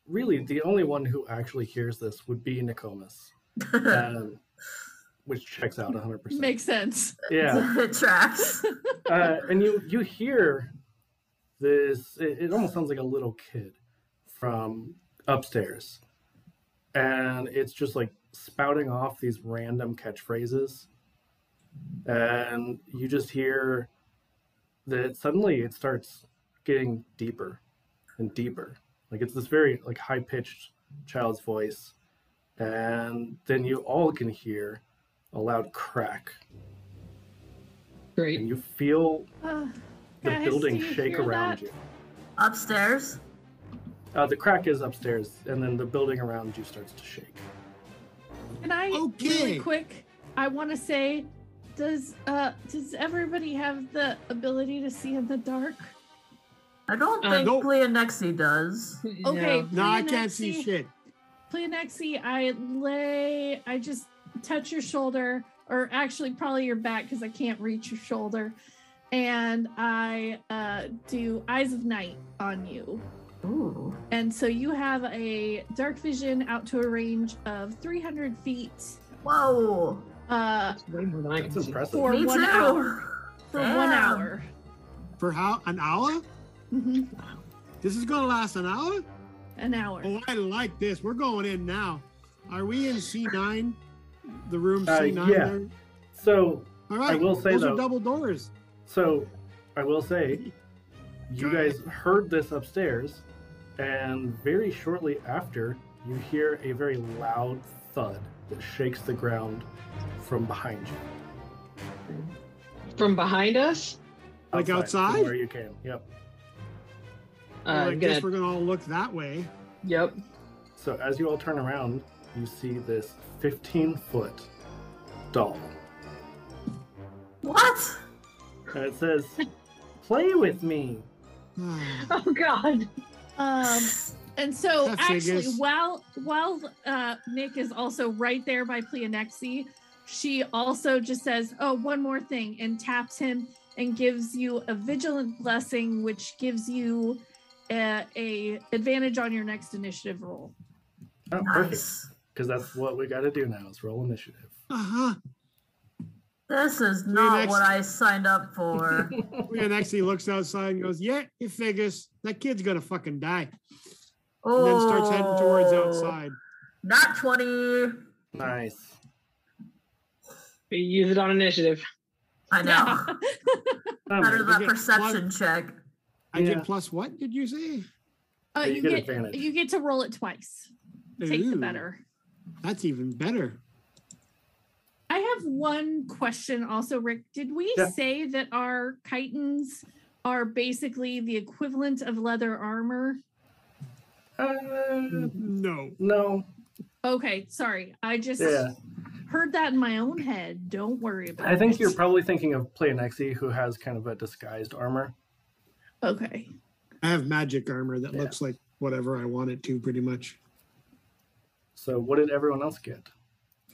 G: really, the only one who actually hears this would be Nicomas, um, which checks out 100%.
D: Makes sense.
G: yeah.
E: it tracks.
G: uh, and you you hear this it, it almost sounds like a little kid from upstairs and it's just like spouting off these random catchphrases and you just hear that suddenly it starts getting deeper and deeper like it's this very like high pitched child's voice and then you all can hear a loud crack
F: Great.
G: and you feel
D: Uh,
G: the
D: guys,
G: building
D: do you
G: shake
D: hear
G: around
D: that?
G: you.
E: Upstairs.
G: Uh, the crack is upstairs, and then the building around you starts to shake.
D: Can I
C: Okay.
D: really quick? I want to say, does uh does everybody have the ability to see in the dark?
E: I don't
F: Uh,
E: think
C: nope.
E: Leonexi does.
D: Okay,
C: no, I can't see
D: Pleonexi-
C: shit.
D: Pleonexi, E, I lay, I just touch your shoulder, or actually probably your back because I can't reach your shoulder, and I uh, do Eyes of Night on you,
E: Ooh.
D: and so you have a dark vision out to a range of 300 feet
E: Whoa.
D: uh,
F: That's way more than I can
G: That's
F: see.
G: impressive.
D: For
E: Me
D: one
E: too.
D: hour. for one
C: Ah.
E: Damn.
D: hour.
C: For how an hour?
D: Mhm,
C: This is gonna last an hour?
D: An hour.
C: Oh, I like this. We're going in now. Are we in C9? The room
G: Uh,
C: C9?
G: yeah.
C: there?
G: So,
C: All right.
G: will say,
C: Those
G: though-
C: are double doors.
G: so I will say, you guys heard this upstairs, and very shortly after, you hear a very loud thud that shakes the ground from behind you.
F: From behind us?
C: Like
G: from
C: outside?
G: Where you came. Yep.
F: Uh,
C: well, I
F: I'm
C: guess
F: gonna,
C: we're gonna all look that way.
F: yep.
G: So as you all turn around, you see this 15 foot doll.
E: What?
G: And it says, Play with me.
C: Uh-huh.
F: Oh god.
D: Um, and so
C: That
D: actually,
C: figures.
D: while while uh, Nick is also right there by Pleonexi, she also just says, "Oh, one more thing," and taps him and gives you a vigilant blessing, which gives you a, a advantage on your next initiative roll.
G: Oh, perfect.
E: Nice.
G: Because that's what we got to do now is roll initiative.
C: Uh
E: This is not
C: Leonexi.
E: what I signed up for.
C: huh. And actually looks outside and goes, "Yeah, it figures. That kid's gonna fucking die."
E: Oh.
C: And then starts heading towards
D: Oh.
C: outside.
E: Not 20.
G: Nice.
F: We use it on initiative.
E: I know.
G: Um,
E: Better than that
C: get
E: perception check.
C: I
G: Yeah.
C: get plus what did you say?
D: Uh,
G: Yeah,
D: you,
G: you get
D: get
G: advantage.
D: you get to roll it twice. Take the
C: Ooh,
D: better.
C: That's even better.
D: I have one question also, Rick. Did we
G: Yeah.
D: say that our chitons are basically the equivalent of leather armor?
G: uh,
D: Mm-hmm.
C: No.
G: no.
D: Okay, sorry. I just
G: Yeah.
D: heard that in my own head. Don't worry about it.
G: I think you're probably thinking of Pleonexi, who has kind of a disguised armor.
D: okay.
C: I have magic armor that
G: Yeah.
C: looks like whatever I want it to, pretty much.
G: So what did everyone else get?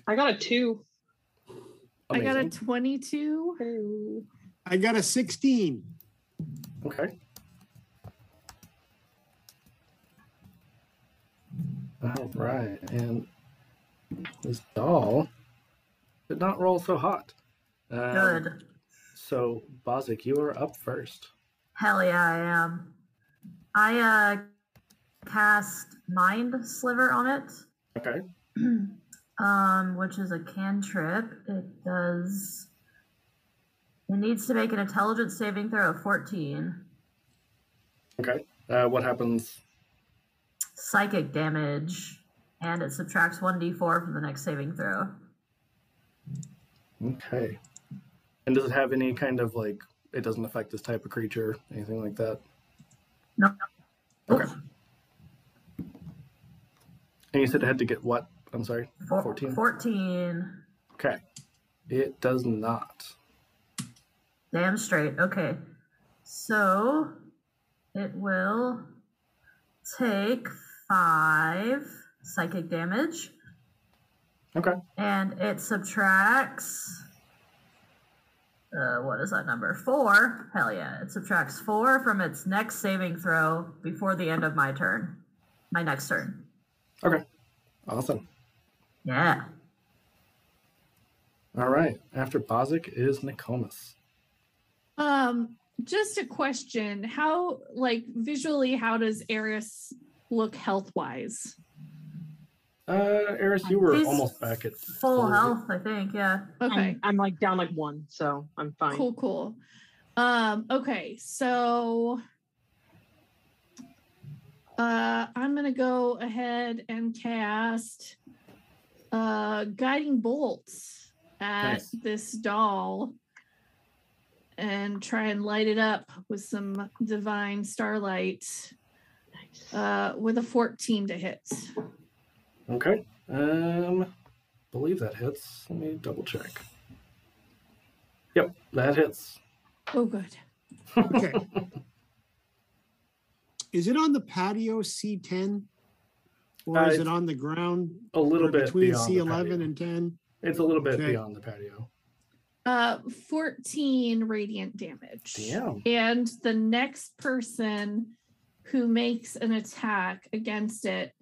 F: I got a two.
D: I got a
G: Amazing.
D: 22.
C: I got a 16.
G: Okay. All right, and this doll did not roll so hot. Um,
E: Good.
G: So, Bozic, you are up first.
E: Hell yeah, I am. I uh cast Mind Sliver on it,
G: Okay.
E: um, which is a cantrip. It does. It needs to make an intelligence saving throw of 14.
G: Okay. Uh, what happens?
E: Psychic damage, and it subtracts 1d4 from the next saving throw.
G: Okay. And does it have any kind of like? It doesn't affect this type of creature, anything like that.
E: No.
G: Okay. And you said it had to get what? I'm sorry.
E: Four-
G: 14.
E: 14.
G: Okay. It does not.
E: Damn straight. Okay. So it will take five psychic damage.
G: Okay.
E: And it subtracts. Uh, what is that number? Four. Hell yeah. It subtracts four from its next saving throw before the end of my turn. My next turn.
G: Awesome.
E: Yeah.
G: All right. After Bozic is Nicomas.
D: Um, just a question. How like visually, how does Eris look health wise?
G: Uh, Eris, you were
E: He's
G: almost back at
E: Full
G: Full.
E: health, I think. Yeah.
D: Okay.
F: I'm, I'm like down like one, so I'm fine.
D: Cool, cool. Um, okay, so uh I'm gonna go ahead and cast uh guiding bolts at
G: Nice.
D: this doll and try and light it up with some divine starlight uh with a 14 to hit.
G: Okay. Um, believe that hits. Let me double check. Yep, that hits.
D: Oh good.
C: Okay. is it on the patio C10? Or
G: Uh,
C: is it
G: it's
C: on the ground?
G: A little
C: or
G: bit
C: between
G: beyond the patio.
C: C11 and 10.
G: It's a little bit
C: Okay.
G: beyond the patio.
D: Uh 14 radiant damage.
G: Damn.
D: and the next person who makes an attack against it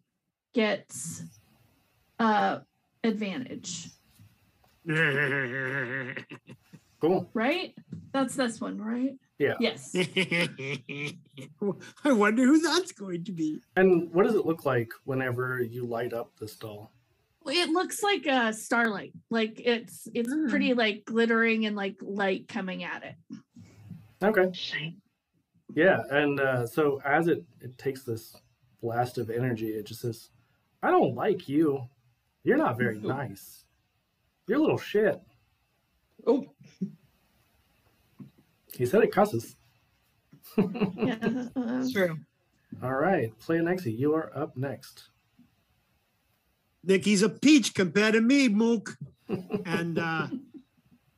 D: gets uh advantage
G: Cool.
D: right that's this one right
G: Yeah.
D: yes
C: I wonder who that's going to be.
G: And what does it look like whenever you light up this doll?
D: it looks like a starlight like it's it's
E: Mm.
D: pretty like glittering and like light coming at it
G: Okay.
F: Shame.
G: Yeah, and uh, so as it, it takes this blast of energy, it just says, I don't like you. You're not very nice. You're a little shit.
F: Oh,
G: He said it cusses.
D: yeah uh,
F: that's true.
G: All right, play Nexi, you are up next.
C: Nicky's a peach compared to me, Mook. And uh,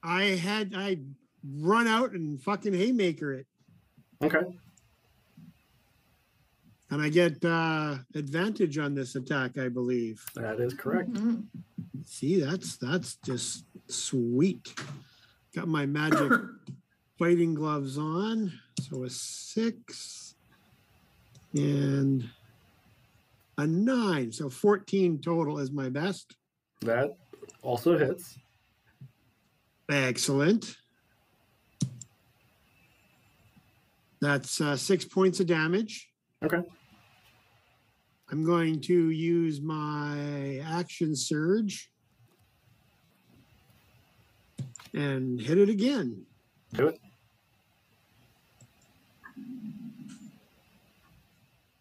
C: I had I run out and fucking haymaker it,
G: Okay.
C: and I get uh, advantage on this attack, I believe.
G: That is correct.
D: mhm.
C: See, that's that's just sweet. Got my magic fighting gloves on, so a six and a nine, so fourteen total is my best.
G: That also hits.
C: Excellent. That's uh, six points of damage.
G: Okay.
C: I'm going to use my action surge and hit it again.
G: Do it.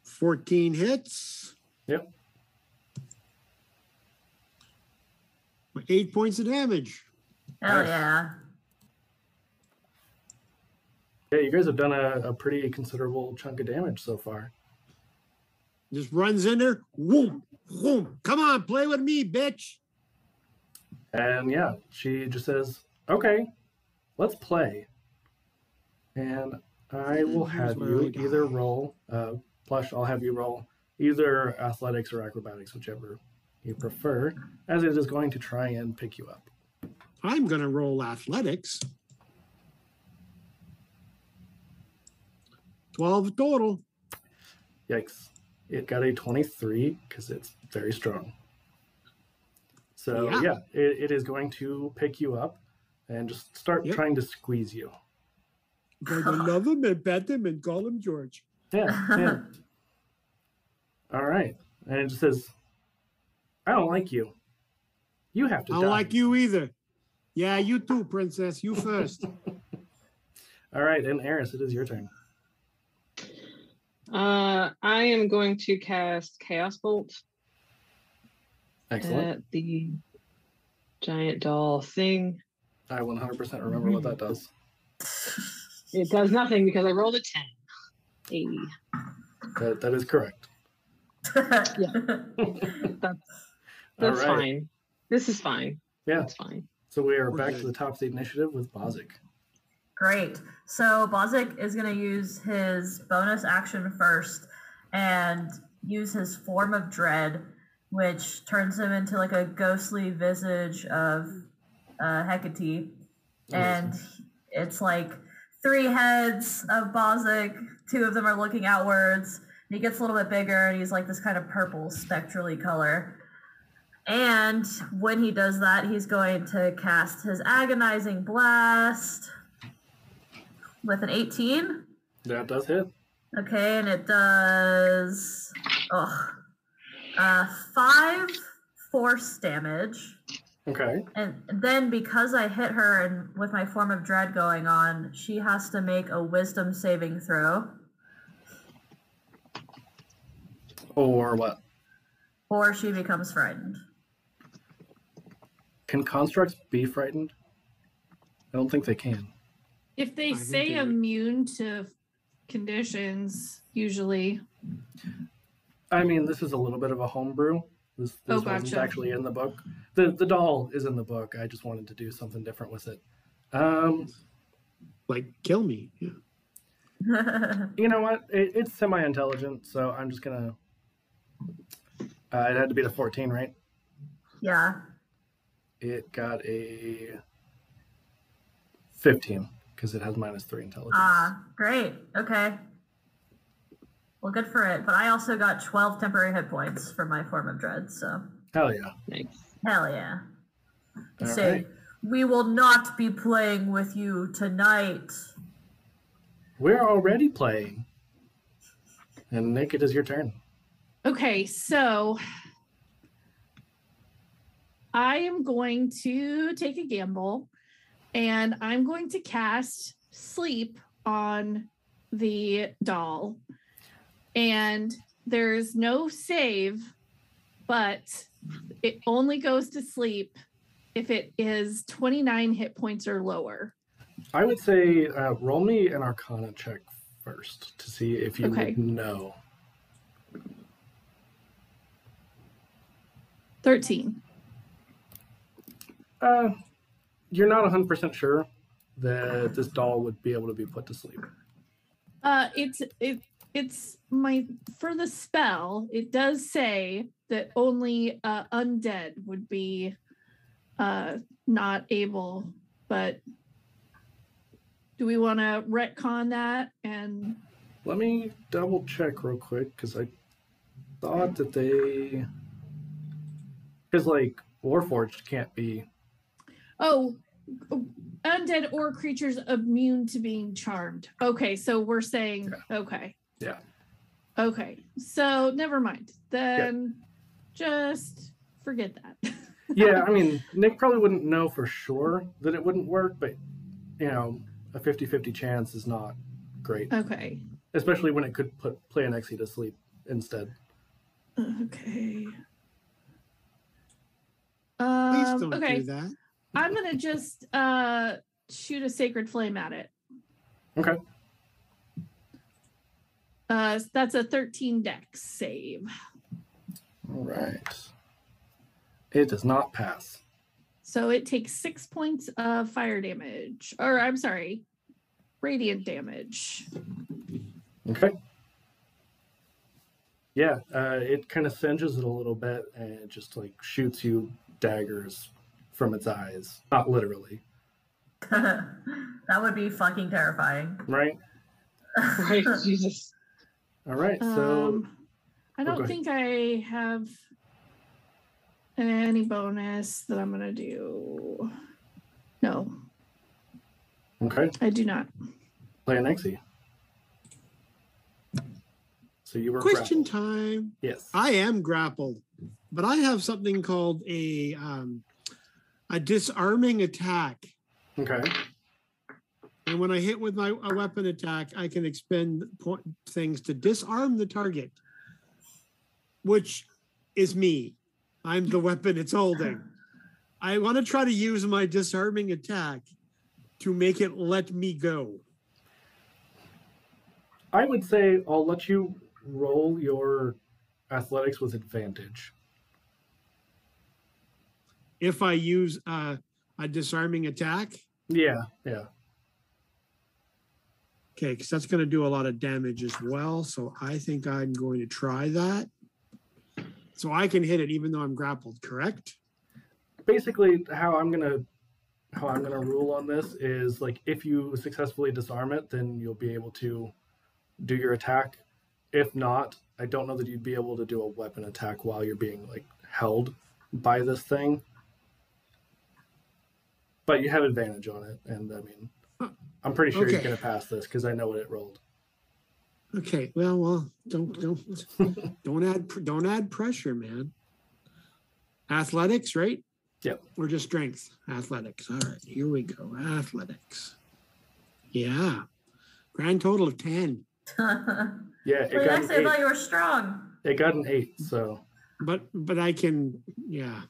C: 14 hits.
G: Yep.
C: Eight points of damage.
E: Hell
G: Nice.
E: yeah.
G: Yeah, you guys have done a, a pretty considerable chunk of damage so far.
C: Just runs in there. Whoom, whoom. Come on, play with me, bitch.
G: And yeah, she just says, "Okay, let's play." And I will
C: Here's
G: have
C: where
G: you
C: we die.
G: either roll, uh, plush. I'll have you roll either athletics or acrobatics, whichever you prefer, as it is going to try and pick you up.
C: I'm going to roll athletics. 12 total.
G: Yikes! It got a twenty-three because it's very strong. So
C: Yeah.
G: yeah, it, it is going to pick you up and just start
C: Yep.
G: trying to squeeze you.
C: Go to love him and pet him and call him George.
G: Yeah, yeah. All right. And it just says, I don't like you. You have to
C: I
G: die.
C: don't like you either. Yeah, you too, princess. You first.
G: All right. And Eris, it is your turn.
F: Uh, I am going to cast Chaos Bolt
G: Excellent.
F: at the giant doll thing. Uh,
G: I 100% remember what that does.
F: It does nothing because I rolled a 10. Hey.
G: That, that is correct.
F: That's that's
G: All right.
F: fine. This is fine.
G: Yeah.
F: That's fine.
G: So we are back to the top of the initiative with Bozic.
E: Great. So Bozic is going to use his bonus action first and use his form of dread, which turns him into like a ghostly visage of uh, Hecate. And it's like three heads of Bozic. Two of them are looking outwards. And he gets a little bit bigger and he's like this kind of purple spectrally color. And when he does that, he's going to cast his agonizing blast with an 18.
G: That does hit.
E: Okay, and it does ugh, uh, five force damage.
G: Okay.
E: And then because I hit her and with my form of dread going on, she has to make a wisdom saving throw
G: Or what?
E: or she becomes frightened.
G: Can constructs be frightened? I don't think they can.
D: If they
G: can
D: say
G: do it.
D: immune to conditions, usually.
G: I mean, this is a little bit of a homebrew. This, this
D: Oh,
G: wasn't
D: gotcha.
G: actually in the book. The the doll is in the book. I just wanted to do something different with it. Um,
C: Like, kill me. Yeah.
G: you know what? It, it's semi-intelligent, so I'm just gonna. Uh, it had to be the 14, right?
E: yeah.
G: It got a 15 because it has minus three intelligence.
E: Ah, great. Okay. Well, good for it. But I also got 12 temporary hit points from my form of dread, so
G: Hell yeah!
F: Nice.
E: hell yeah.
G: All
E: Say,
G: right.
E: we will not be playing with you tonight.
G: We're already playing. And Nick, it is your turn.
D: Okay, so I am going to take a gamble and I'm going to cast sleep on the doll. And there's no save, but it only goes to sleep if it is 29 hit points or lower.
G: I would say uh, roll me an Arcana check first to see if you
D: Okay.
G: would know.
D: 13.
G: Uh, you're not 100% sure that this doll would be able to be put to sleep.
D: Uh, it's it it's my for the spell. It does say that only uh, undead would be uh not able, but do we want to retcon that? And
G: Let me double check real quick because I thought that they. Because, like, Warforged can't be.
D: oh, undead or creatures immune to being charmed. Okay, so we're saying okay.
G: Yeah.
D: Okay, so never mind. Then just forget that.
G: Yeah, I mean, Nick probably wouldn't know for sure that it wouldn't work, but, you know, a 50 50 chance is not great,
D: okay.
G: especially when it could put Planexi E to sleep instead.
D: Okay.
C: Please
D: Um,
C: don't
D: okay,
C: do that.
D: I'm gonna just uh shoot a sacred flame at it.
G: Okay.
D: Uh, that's a 13 dex save.
G: All right. It does not pass.
D: So it takes six points of fire damage, or I'm sorry, radiant damage.
G: Okay. Yeah, uh, it kind of singes it a little bit and it just like shoots you daggers from its eyes. Not literally,
E: that would be fucking terrifying.
G: right?
F: Right, Jesus.
G: All right, so
D: um, I don't
G: go ahead.
D: think I have any bonus that I'm gonna do. No,
G: okay,
D: I do not.
G: play an Exi. So you were
C: Question
G: grappled.
C: time.
G: Yes.
C: I am grappled, but I have something called a um, a disarming attack.
G: Okay.
C: And when I hit with my a weapon attack, I can expend point things to disarm the target, which is me. I'm the weapon it's holding. I want to try to use my disarming attack to make it let me go.
G: I would say I'll let you roll your athletics with advantage.
C: If I use uh, a disarming attack,
G: Yeah, yeah.
C: okay, because that's going to do a lot of damage as well. So I think I'm going to try that. So I can hit it even though I'm grappled, correct?
G: Basically, how I'm gonna how I'm gonna rule on this is like if you successfully disarm it, then you'll be able to do your attack. If not, I don't know that you'd be able to do a weapon attack while you're being like held by this thing. But you have advantage on it, and I mean, I'm pretty sure you're
C: Okay.
G: gonna pass this because I know what it rolled.
C: Okay. Well, well, don't don't don't add pr- don't add pressure, man. Athletics, right?
G: Yep.
C: Or just strength. Athletics. All right. Here we go. Athletics. Yeah. Grand total of ten.
E: Wait,
G: Yeah, it got an
E: actually, I thought
G: eight.
E: you were strong.
G: It got an eight, so
C: But but I can yeah.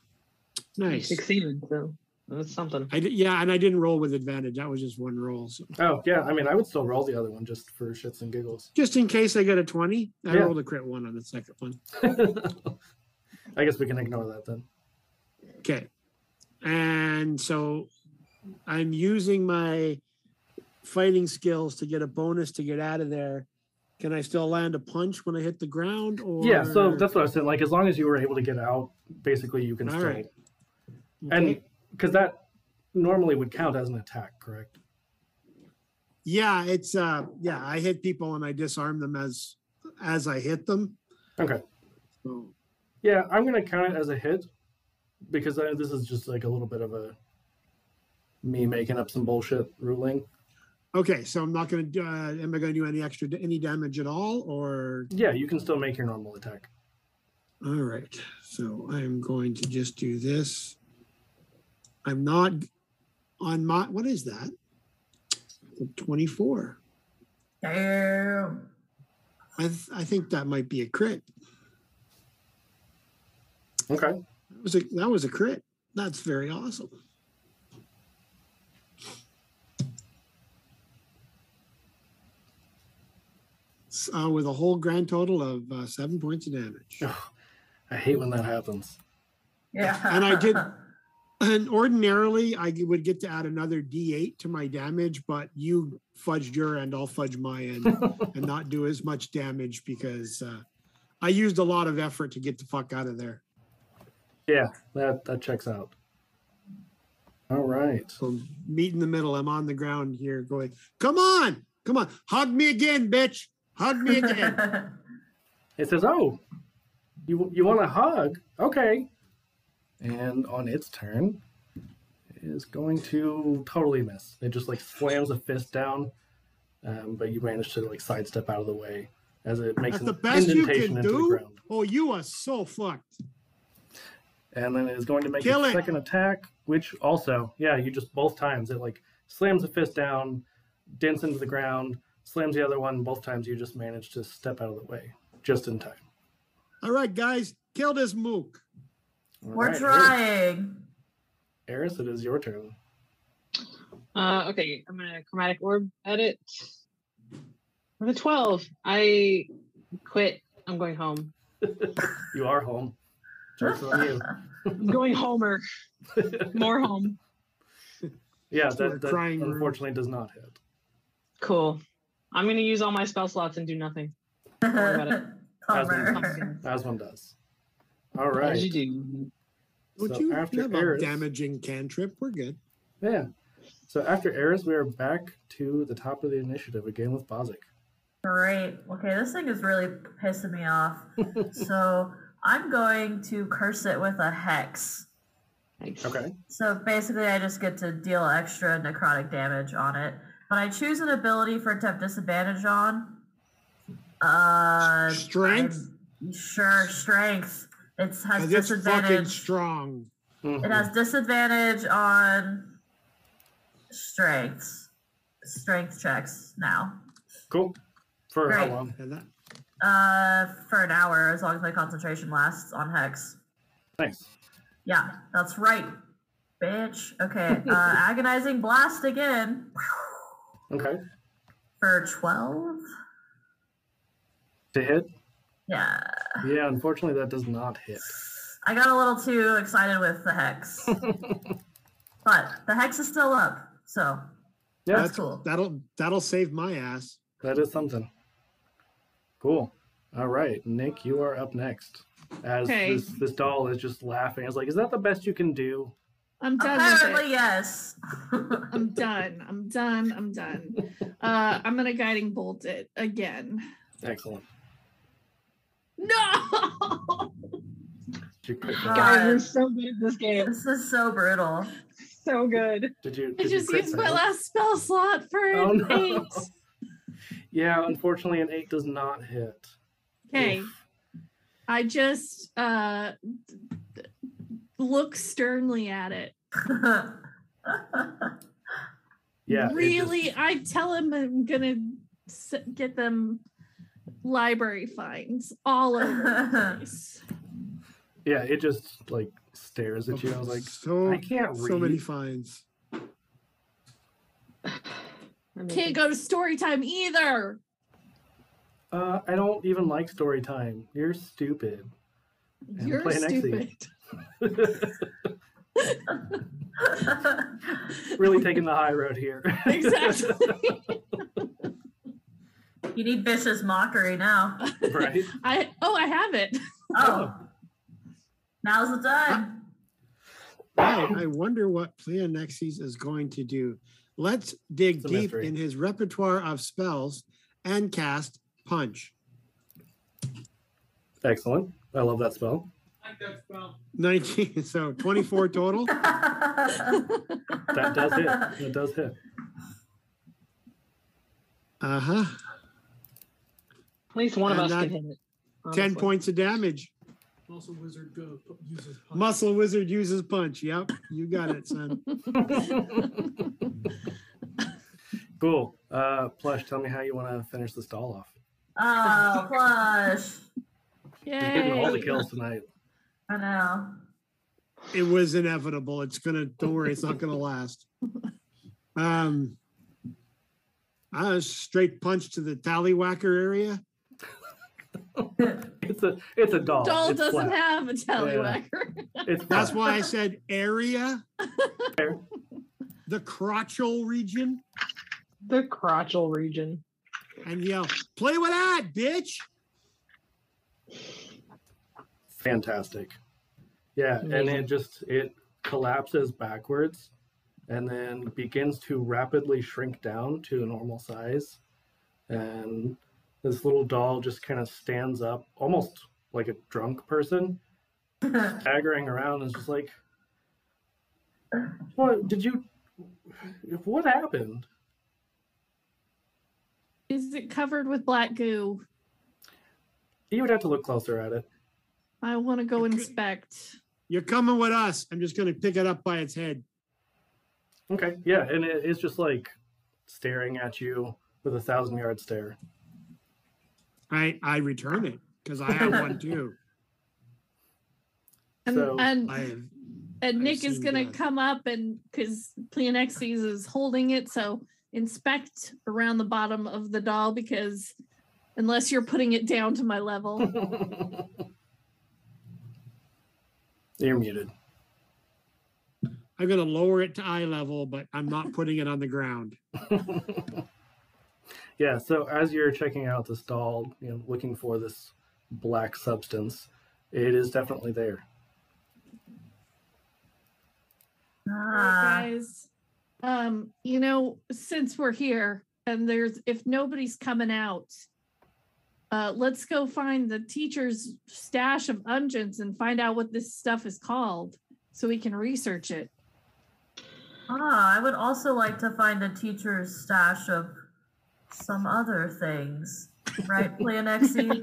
F: You
C: Nice.
F: succeeded, so that's something.
C: I did, yeah, and I didn't roll with advantage. That was just one roll. So
G: Oh yeah, I mean, I would still roll the other one just for shits and giggles.
C: just in case I got a twenty, I
G: Yeah.
C: rolled a crit one on the second one.
G: I guess we can ignore that then.
C: Okay. And so I'm using my fighting skills to get a bonus to get out of there. Can I still land a punch when I hit the ground? Or...
G: Yeah, so that's what I was saying. Like, as long as you were able to get out, basically you can
C: All
G: still,
C: right.
G: and because that normally would count as an attack, correct?
C: yeah, it's uh yeah, I hit people and I disarm them as as I hit them.
G: Okay.
C: So
G: Yeah, I'm gonna count it as a hit because I, this is just like a little bit of a me making up some bullshit ruling.
C: okay, so I'm not gonna do uh, am I gonna do any extra any damage at all or
G: Yeah, you can still make your normal attack.
C: All right, so I'm going to just do this. I'm not on my, what is that? 24.
E: Damn.
C: I, th- I think that might be a crit.
G: Okay.
C: That was a, that was a crit. That's very awesome. S- Uh, with a whole grand total of uh, seven points of damage.
G: I hate when that happens.
E: Yeah.
C: And I did- And ordinarily, I g- would get to add another D8 to my damage, but you fudged your end, I'll fudge my end and not do as much damage because uh, I used a lot of effort to get the fuck out of there.
G: Yeah, that that checks out. All right.
C: So meet in the middle. I'm on the ground here going, come on, come on, hug me again, bitch. Hug me again.
G: It says, "Oh, you you want a hug? Okay." And on its turn, it is going to totally miss. It just like slams a fist down, um, but you manage to like sidestep out of the way as it
C: That's
G: makes an
C: the best you
G: indentation
C: can
G: into the
C: do.
G: ground.
C: Oh, you are so fucked.
G: And then it is going to make
C: Kill
G: its
C: it.
G: second attack, which also, yeah, you just both times it like slams a fist down, dents into the ground, slams the other one. Both times you just manage to step out of the way just in time.
C: All right, guys, kill this mook.
G: All
E: We're
G: right, Eris-
E: trying.
G: Eris, it is your turn.
F: Uh, okay, I'm gonna chromatic orb at it. With a 12, I quit. I'm going home.
G: You are home. Jokes on you.
F: I'm going homer. More home.
G: Yeah,
C: To our
G: that, that
C: crying room.
G: unfortunately does not hit.
F: Cool. I'm gonna use all my spell slots and do nothing. worry about it.
E: Bummer.
G: As one does. All
F: As you
G: right.
F: do.
C: Don't
G: So
C: you
G: after
C: have
G: Eris-
C: a damaging cantrip? We're good.
G: Yeah. So after Eris, we are back to the top of the initiative again with Bozic.
E: Great. Okay, this thing is really pissing me off. so I'm going to curse it with a hex.
F: Nice.
G: Okay.
E: So basically, I just get to deal extra necrotic damage on it. But I choose an ability for it to have disadvantage on. Uh,
C: Strength?
E: I'm- sure, strength. It has
C: Because it's fucking
E: disadvantage.
C: strong.
G: Mm-hmm.
E: It has disadvantage on strengths, strength checks now.
G: Cool. For
E: Right.
G: how long?
C: And that,
E: Uh, for an hour, as long as my concentration lasts on hex.
G: Nice.
E: Yeah, that's right, bitch. Okay, uh, agonizing blast again
G: Okay.
E: for twelve.
G: To hit?
E: Yeah,
G: Yeah, unfortunately, that does not hit.
E: I got a little too excited with the hex. but the hex is still up, so
G: Yeah,
E: that's cool.
C: That'll that'll save my ass.
G: That is something. Cool. All right, Nick, you are up next. As
F: Okay.
G: this, this doll is just laughing. It's like, is that the best you can do?
D: I'm done with it.
E: Apparently, yes.
D: I'm done. I'm done. I'm done. Uh, I'm gonna guiding bolt it again.
G: Excellent.
D: No.
G: Did you, crit that?
E: God.
F: Guys, we're so good at this game.
E: this is so brutal.
F: So good.
G: did you?
D: I
G: Did you
D: just
G: crit
D: used my
G: fail?
D: last spell slot for
G: Oh,
D: an
G: no.
D: eight.
G: Yeah, unfortunately, an eight does not hit.
D: Okay.
G: Oof.
D: I just uh d- d- look sternly at it.
G: Yeah. it just-
D: really, I tell him I'm gonna s- get them library fines all over the place.
G: yeah, it just like stares at you. I was like,
C: so
G: I can't
C: so many
G: read.
C: fines.
D: Can't go to story time either.
G: uh, I don't even like story time. You're stupid. And
D: You're
G: play an Exi.
D: stupid.
G: really taking the high road here.
D: Exactly.
E: you need vicious mockery now.
G: right?
D: I oh I have it.
E: Oh, now's the time.
C: Now, I wonder what Pleonexes is going to do. Let's dig
G: It's a
C: deep
G: mystery.
C: in his repertoire of spells and cast punch.
G: Excellent. I love that spell.
C: 19, so 24 total.
G: That does hit. That does hit.
C: Uh-huh.
F: At least one of
C: And
F: us
C: that-
F: can hit it.
C: 10
F: honestly.
C: points of damage.
A: Muscle wizard go, uses
C: Muscle wizard uses punch. Yep, you got it, son.
G: Cool. Uh, Plush, tell me how you want to finish this doll off.
E: Oh, plush.
G: You're getting all the
D: Yay.
G: kills tonight.
E: I know.
C: It was inevitable. It's gonna. Don't worry, it's not gonna last. Um, I was straight punch to the tallywhacker area.
G: It's a it's a doll.
D: Doll
G: It's
D: doesn't
G: flat.
D: have a tallywhacker.
G: It's
C: That's
G: flat.
C: why I said area.
G: Fair.
C: The crotchal region,
F: The crotchal region.
C: and yell, "Play with that, bitch!"
G: fantastic. Yeah, and it
F: Amazing.
G: just it collapses backwards, and then begins to rapidly shrink down to a normal size, and this little doll just kind of stands up, almost like a drunk person, staggering around, and is just like, "What did you? What happened?"
D: Is it covered with black goo?
G: You would have to look closer at it.
D: I want to go
C: Okay.
D: inspect.
C: You're coming with us. I'm just gonna pick it up by its head.
G: Okay, yeah, and it, it's just like staring at you with a thousand yard stare.
C: I I return it because I have one too.
D: And
G: So,
D: and,
C: I have
D: and
C: I've
D: Nick is
C: seen
D: gonna
C: that.
D: come up and because Pleonexes is holding it, so inspect around the bottom of the doll because unless you're putting it down to my level,
G: You're muted.
C: I'm gonna lower it to eye level, but I'm not putting it on the ground.
G: Yeah, so as you're checking out this doll, you know, looking for this black substance, it is definitely there.
E: Ah,
D: Alright, guys. Um, you know, since we're here and there's if nobody's coming out, uh, let's go find the teacher's stash of unguents and find out what this stuff is called so we can research it.
E: ah, I would also like to find a teacher's stash of some other things. Right,
C: Oh,
E: Planexi?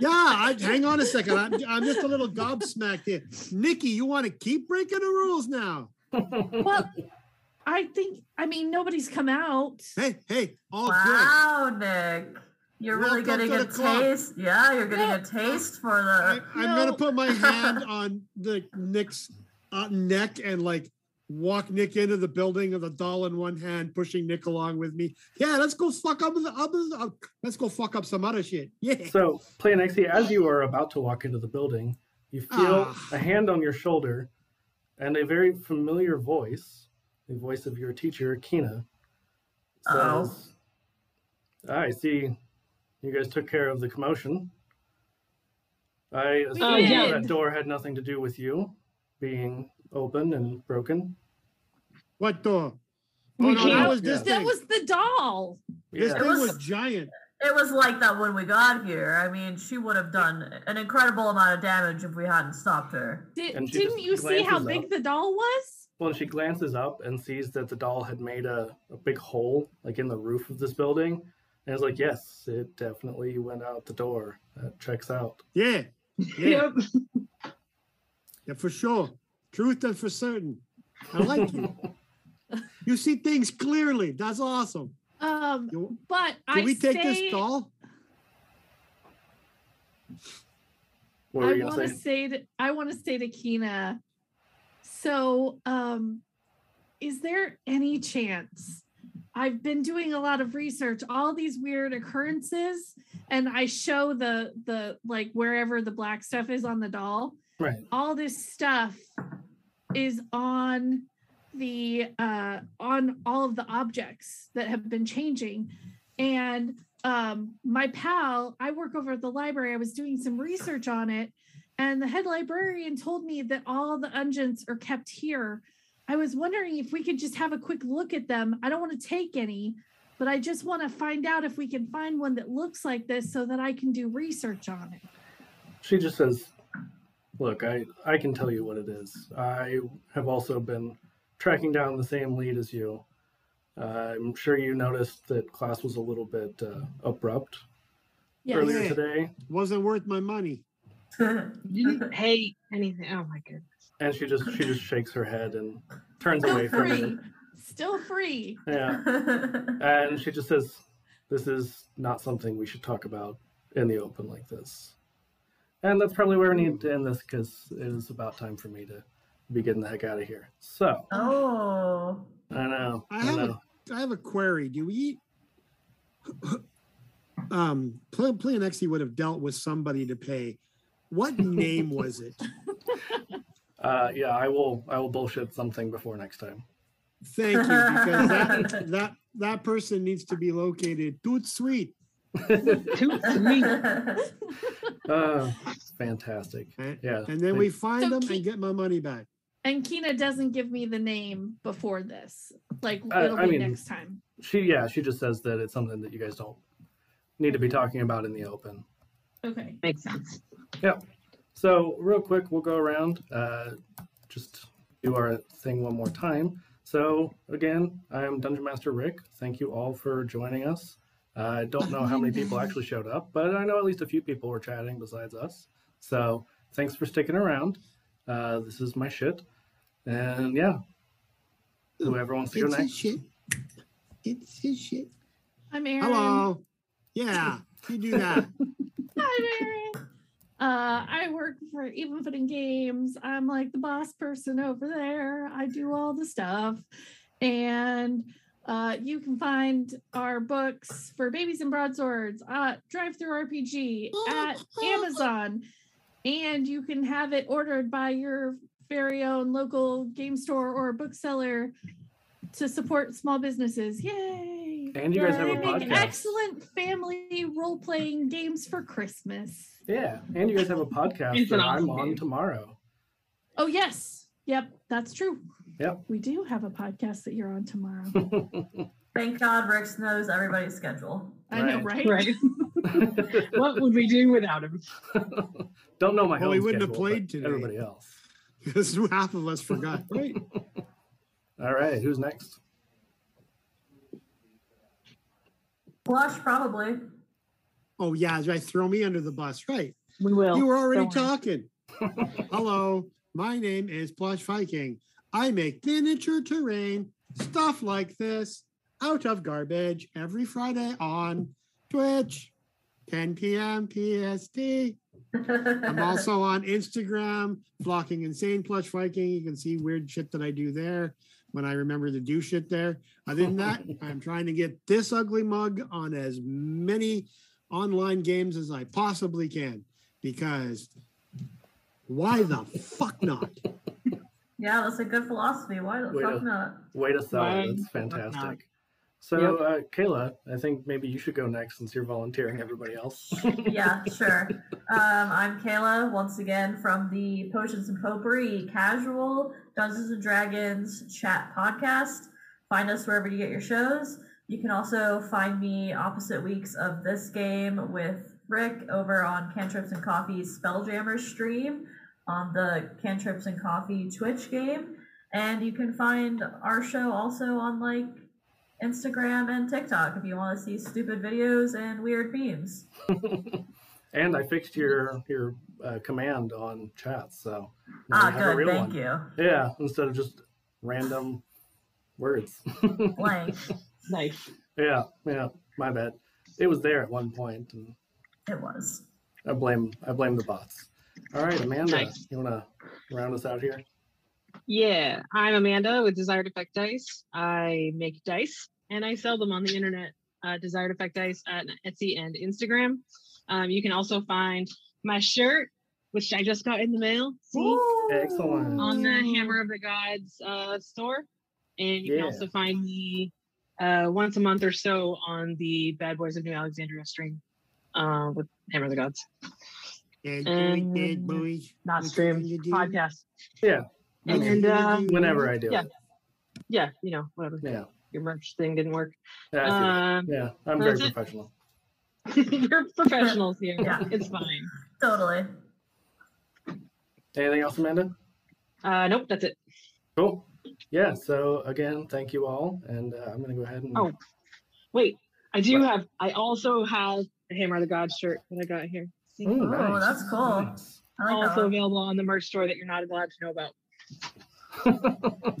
C: Yeah, I, hang on a second. I'm, I'm just a little gobsmacked here. Nikki, you want to keep breaking the rules now?
D: Well, I think I mean nobody's come out.
C: Hey, hey, all good.
E: wow, Nick. You're really
C: Welcome to
E: getting a
C: the club.
E: taste. Yeah, you're getting
D: No.
E: a taste for
C: I,
E: the.
C: I'm gonna
D: No.
C: put my hand on the Nick's uh, neck and like walk Nick into the building with a doll in one hand, pushing Nick along with me. Yeah, let's go fuck up the others. uh, Let's go fuck up some other shit. Yeah.
G: So, Plan XE, as you are about to walk into the building, you feel
C: Ah.
G: a hand on your shoulder and a very familiar voice, the voice of your teacher, Kina,
E: Oh.
G: says, I see you guys took care of the commotion. I assume
D: did.
G: that Oh, door had nothing to do with you being open and broken.
C: What door?
F: We
C: Oh, no, that
F: can't-
C: was this
G: Yeah.
D: That
C: thing.
D: was the doll.
C: This
G: Yeah.
C: thing
E: was-
C: was giant.
E: It was like that when we got here. I mean, she would have done an incredible amount of damage if we hadn't stopped her.
D: Did,
G: And she
D: didn't
G: just
D: you see how
G: glances
D: big
G: up.
D: the doll was?
G: Well, she glances up and sees that the doll had made a, a big hole, like in the roof of this building. And is like, yes, it definitely went out the door. That checks out.
C: Yeah. Yeah.
F: Yep.
C: Yeah, for sure. Truth and for certain. I like you. you see things clearly. That's awesome.
D: Um,
C: You-
D: but
C: Can
D: I
C: we take
D: say-
C: this doll?
G: What were
D: I
G: you going to
D: want to
G: say?
D: say to I want to say to Kina. So, um, is there any chance? I've been doing a lot of research, all these weird occurrences, and I show the the like wherever the black stuff is on the doll.
G: Right.
D: All this stuff is on the uh on all of the objects that have been changing and um my pal i work over at the library i was doing some research on it and the head librarian told me that all the unguents are kept here i was wondering if we could just have a quick look at them i don't want to take any but i just want to find out if we can find one that looks like this so that i can do research on it
G: She just says, look, I, I can tell you what it is. I have also been tracking down the same lead as you. Uh, I'm sure you noticed that class was a little bit uh, abrupt
D: Yes.
G: earlier today.
C: Wasn't worth my money.
F: Didn't hate anything. Oh my goodness.
G: And she just she just shakes her head and turns away
D: still
G: from
D: free
G: you.
D: still free
G: Yeah. And she just says, This is not something we should talk about in the open like this. And that's probably where we need to end this because it is about time for me to be getting the heck out of here. So,
E: oh.
G: I know.
C: I
G: I,
C: have
G: know.
C: I have a query. Do we eat? um, Plan Planexi would have dealt with somebody to pay. What name was it?
G: Uh, yeah, I will I will bullshit something before next time.
C: Thank you, because that that that person needs to be located. Dude, sweet.
G: Uh, fantastic.
C: Right?
G: Yeah.
C: And then we find
D: So
C: them
D: keep-
C: and get my money back.
D: And Kina doesn't give me the name before this. Like
G: Uh,
D: it'll
G: I
D: be
G: mean-
D: next time.
G: She, yeah, she just says that it's something that you guys don't need to be talking about in the open.
D: Okay.
F: Makes sense.
G: So, real quick, we'll go around, uh, just do our thing one more time. So, again, I am Dungeon Master Rick. Thank you all for joining us. I don't know how many people actually showed up, but I know at least a few people were chatting besides us. So, thanks for sticking around. Uh, this is my shit. And yeah, whoever wants to go
C: It's his
G: next.
C: shit. It's his shit.
D: I'm Erin.
C: Hello. Yeah, you do that.
D: I'm Erin. Uh, I work for Even Footing Games. I'm like the boss person over there. I do all the stuff. And uh, you can find our books for Babies and Broadswords at Drive Through RPG at Amazon. And you can have it ordered by your very own local game store or bookseller to support small businesses. Yay!
G: And you guys have a
D: They make
G: podcast.
D: Excellent family role playing games for Christmas.
G: Yeah, and you guys have a podcast
F: It's an
G: that I'm
F: awesome
G: on
F: name.
G: tomorrow.
D: Oh, yes. Yep, that's true.
G: Yep.
D: We do have a podcast that you're on tomorrow.
E: Thank God Rick knows everybody's schedule.
D: I know, right?
F: Right. what would we do without him?
G: Don't know my
C: Well,
G: own
C: we wouldn't have
G: schedule, but
C: played today.
G: Everybody else.
C: Because half of us forgot. Right.
G: All right, who's next?
E: Blush, probably.
C: Oh yeah, that's right. Throw me under the bus. Right.
F: We will.
C: You were already
F: Don't worry.
C: talking. Hello, my name is Plush Viking. I make miniature terrain, stuff like this, out of garbage every Friday on Twitch, 10 p.m. PST. I'm also on Instagram, Flocking Insane Plush Viking. You can see weird shit that I do there when I remember to do shit there. Other than that, I'm trying to get this ugly mug on as many online games as I possibly can because why the fuck not?
E: yeah, that's a good philosophy. Why the
G: Way
E: fuck
C: uh,
G: to-
E: not?
G: Way to sell it.
F: Mine-
G: That's fantastic. So, uh, Kayla, I think maybe you should go next since you're volunteering everybody else.
E: yeah, sure. Um, I'm Kayla once again from the Potions and Potpourri Casual Dungeons and Dragons Chat Podcast. Find us wherever you get your shows. You can also find me opposite weeks of this game with Rick over on Cantrips and Coffee's Spelljammer stream on the Cantrips and Coffee Twitch game. And you can find our show also on like Instagram and TikTok if you want to see stupid videos and weird memes.
G: and I fixed your your uh, command on chat, so now you
E: Ah,
G: have a
E: good.
G: real
E: Thank
G: one.
E: you.
G: Yeah, instead of just random words.
E: Blank.
F: Nice.
G: yeah, yeah, my bad. It was there at one point, and
E: It was.
G: I blame I blame the bots. All right, Amanda,
F: Nice.
G: you wanna round us out here?
F: Yeah, I'm Amanda with Desired Effect Dice. I make dice and I sell them on the internet. Uh, Desired Effect Dice on Etsy and Instagram. Um, you can also find my shirt, which I just got in the mail. See,
G: Excellent.
E: Um,
F: on the Hammer of the Gods uh, store, and you
G: Yeah.
F: can also find me uh, once a month or so on the Bad Boys of New Alexandria stream uh, with Hammer of the Gods.
C: And do it, big
F: Um,
C: boy.
F: Not
C: Which
F: stream,
C: one you do?
F: podcast.
G: Yeah.
F: And,
C: Okay.
F: and uh,
G: Whenever I do
F: Yeah.
G: it.
F: yeah, you know, whatever.
G: Yeah.
F: Your merch thing didn't work.
G: Yeah, I see
E: Uh,
G: that.
F: Um,
G: yeah I'm very
F: that's it.
G: professional.
F: You're professionals here.
E: Yeah.
F: It's fine.
E: Totally.
G: Anything else, Amanda?
F: Uh, nope, that's it.
G: Cool. Yeah. So again, thank you all, and uh, I'm gonna go ahead and.
F: Oh. Wait, I do
G: What?
F: have. I also have the Hammer of the God shirt that I got here. See?
G: Ooh,
E: Oh, that's cool.
G: Nice.
E: I like that
F: also
E: one.
F: available on the merch store that you're not allowed to know about.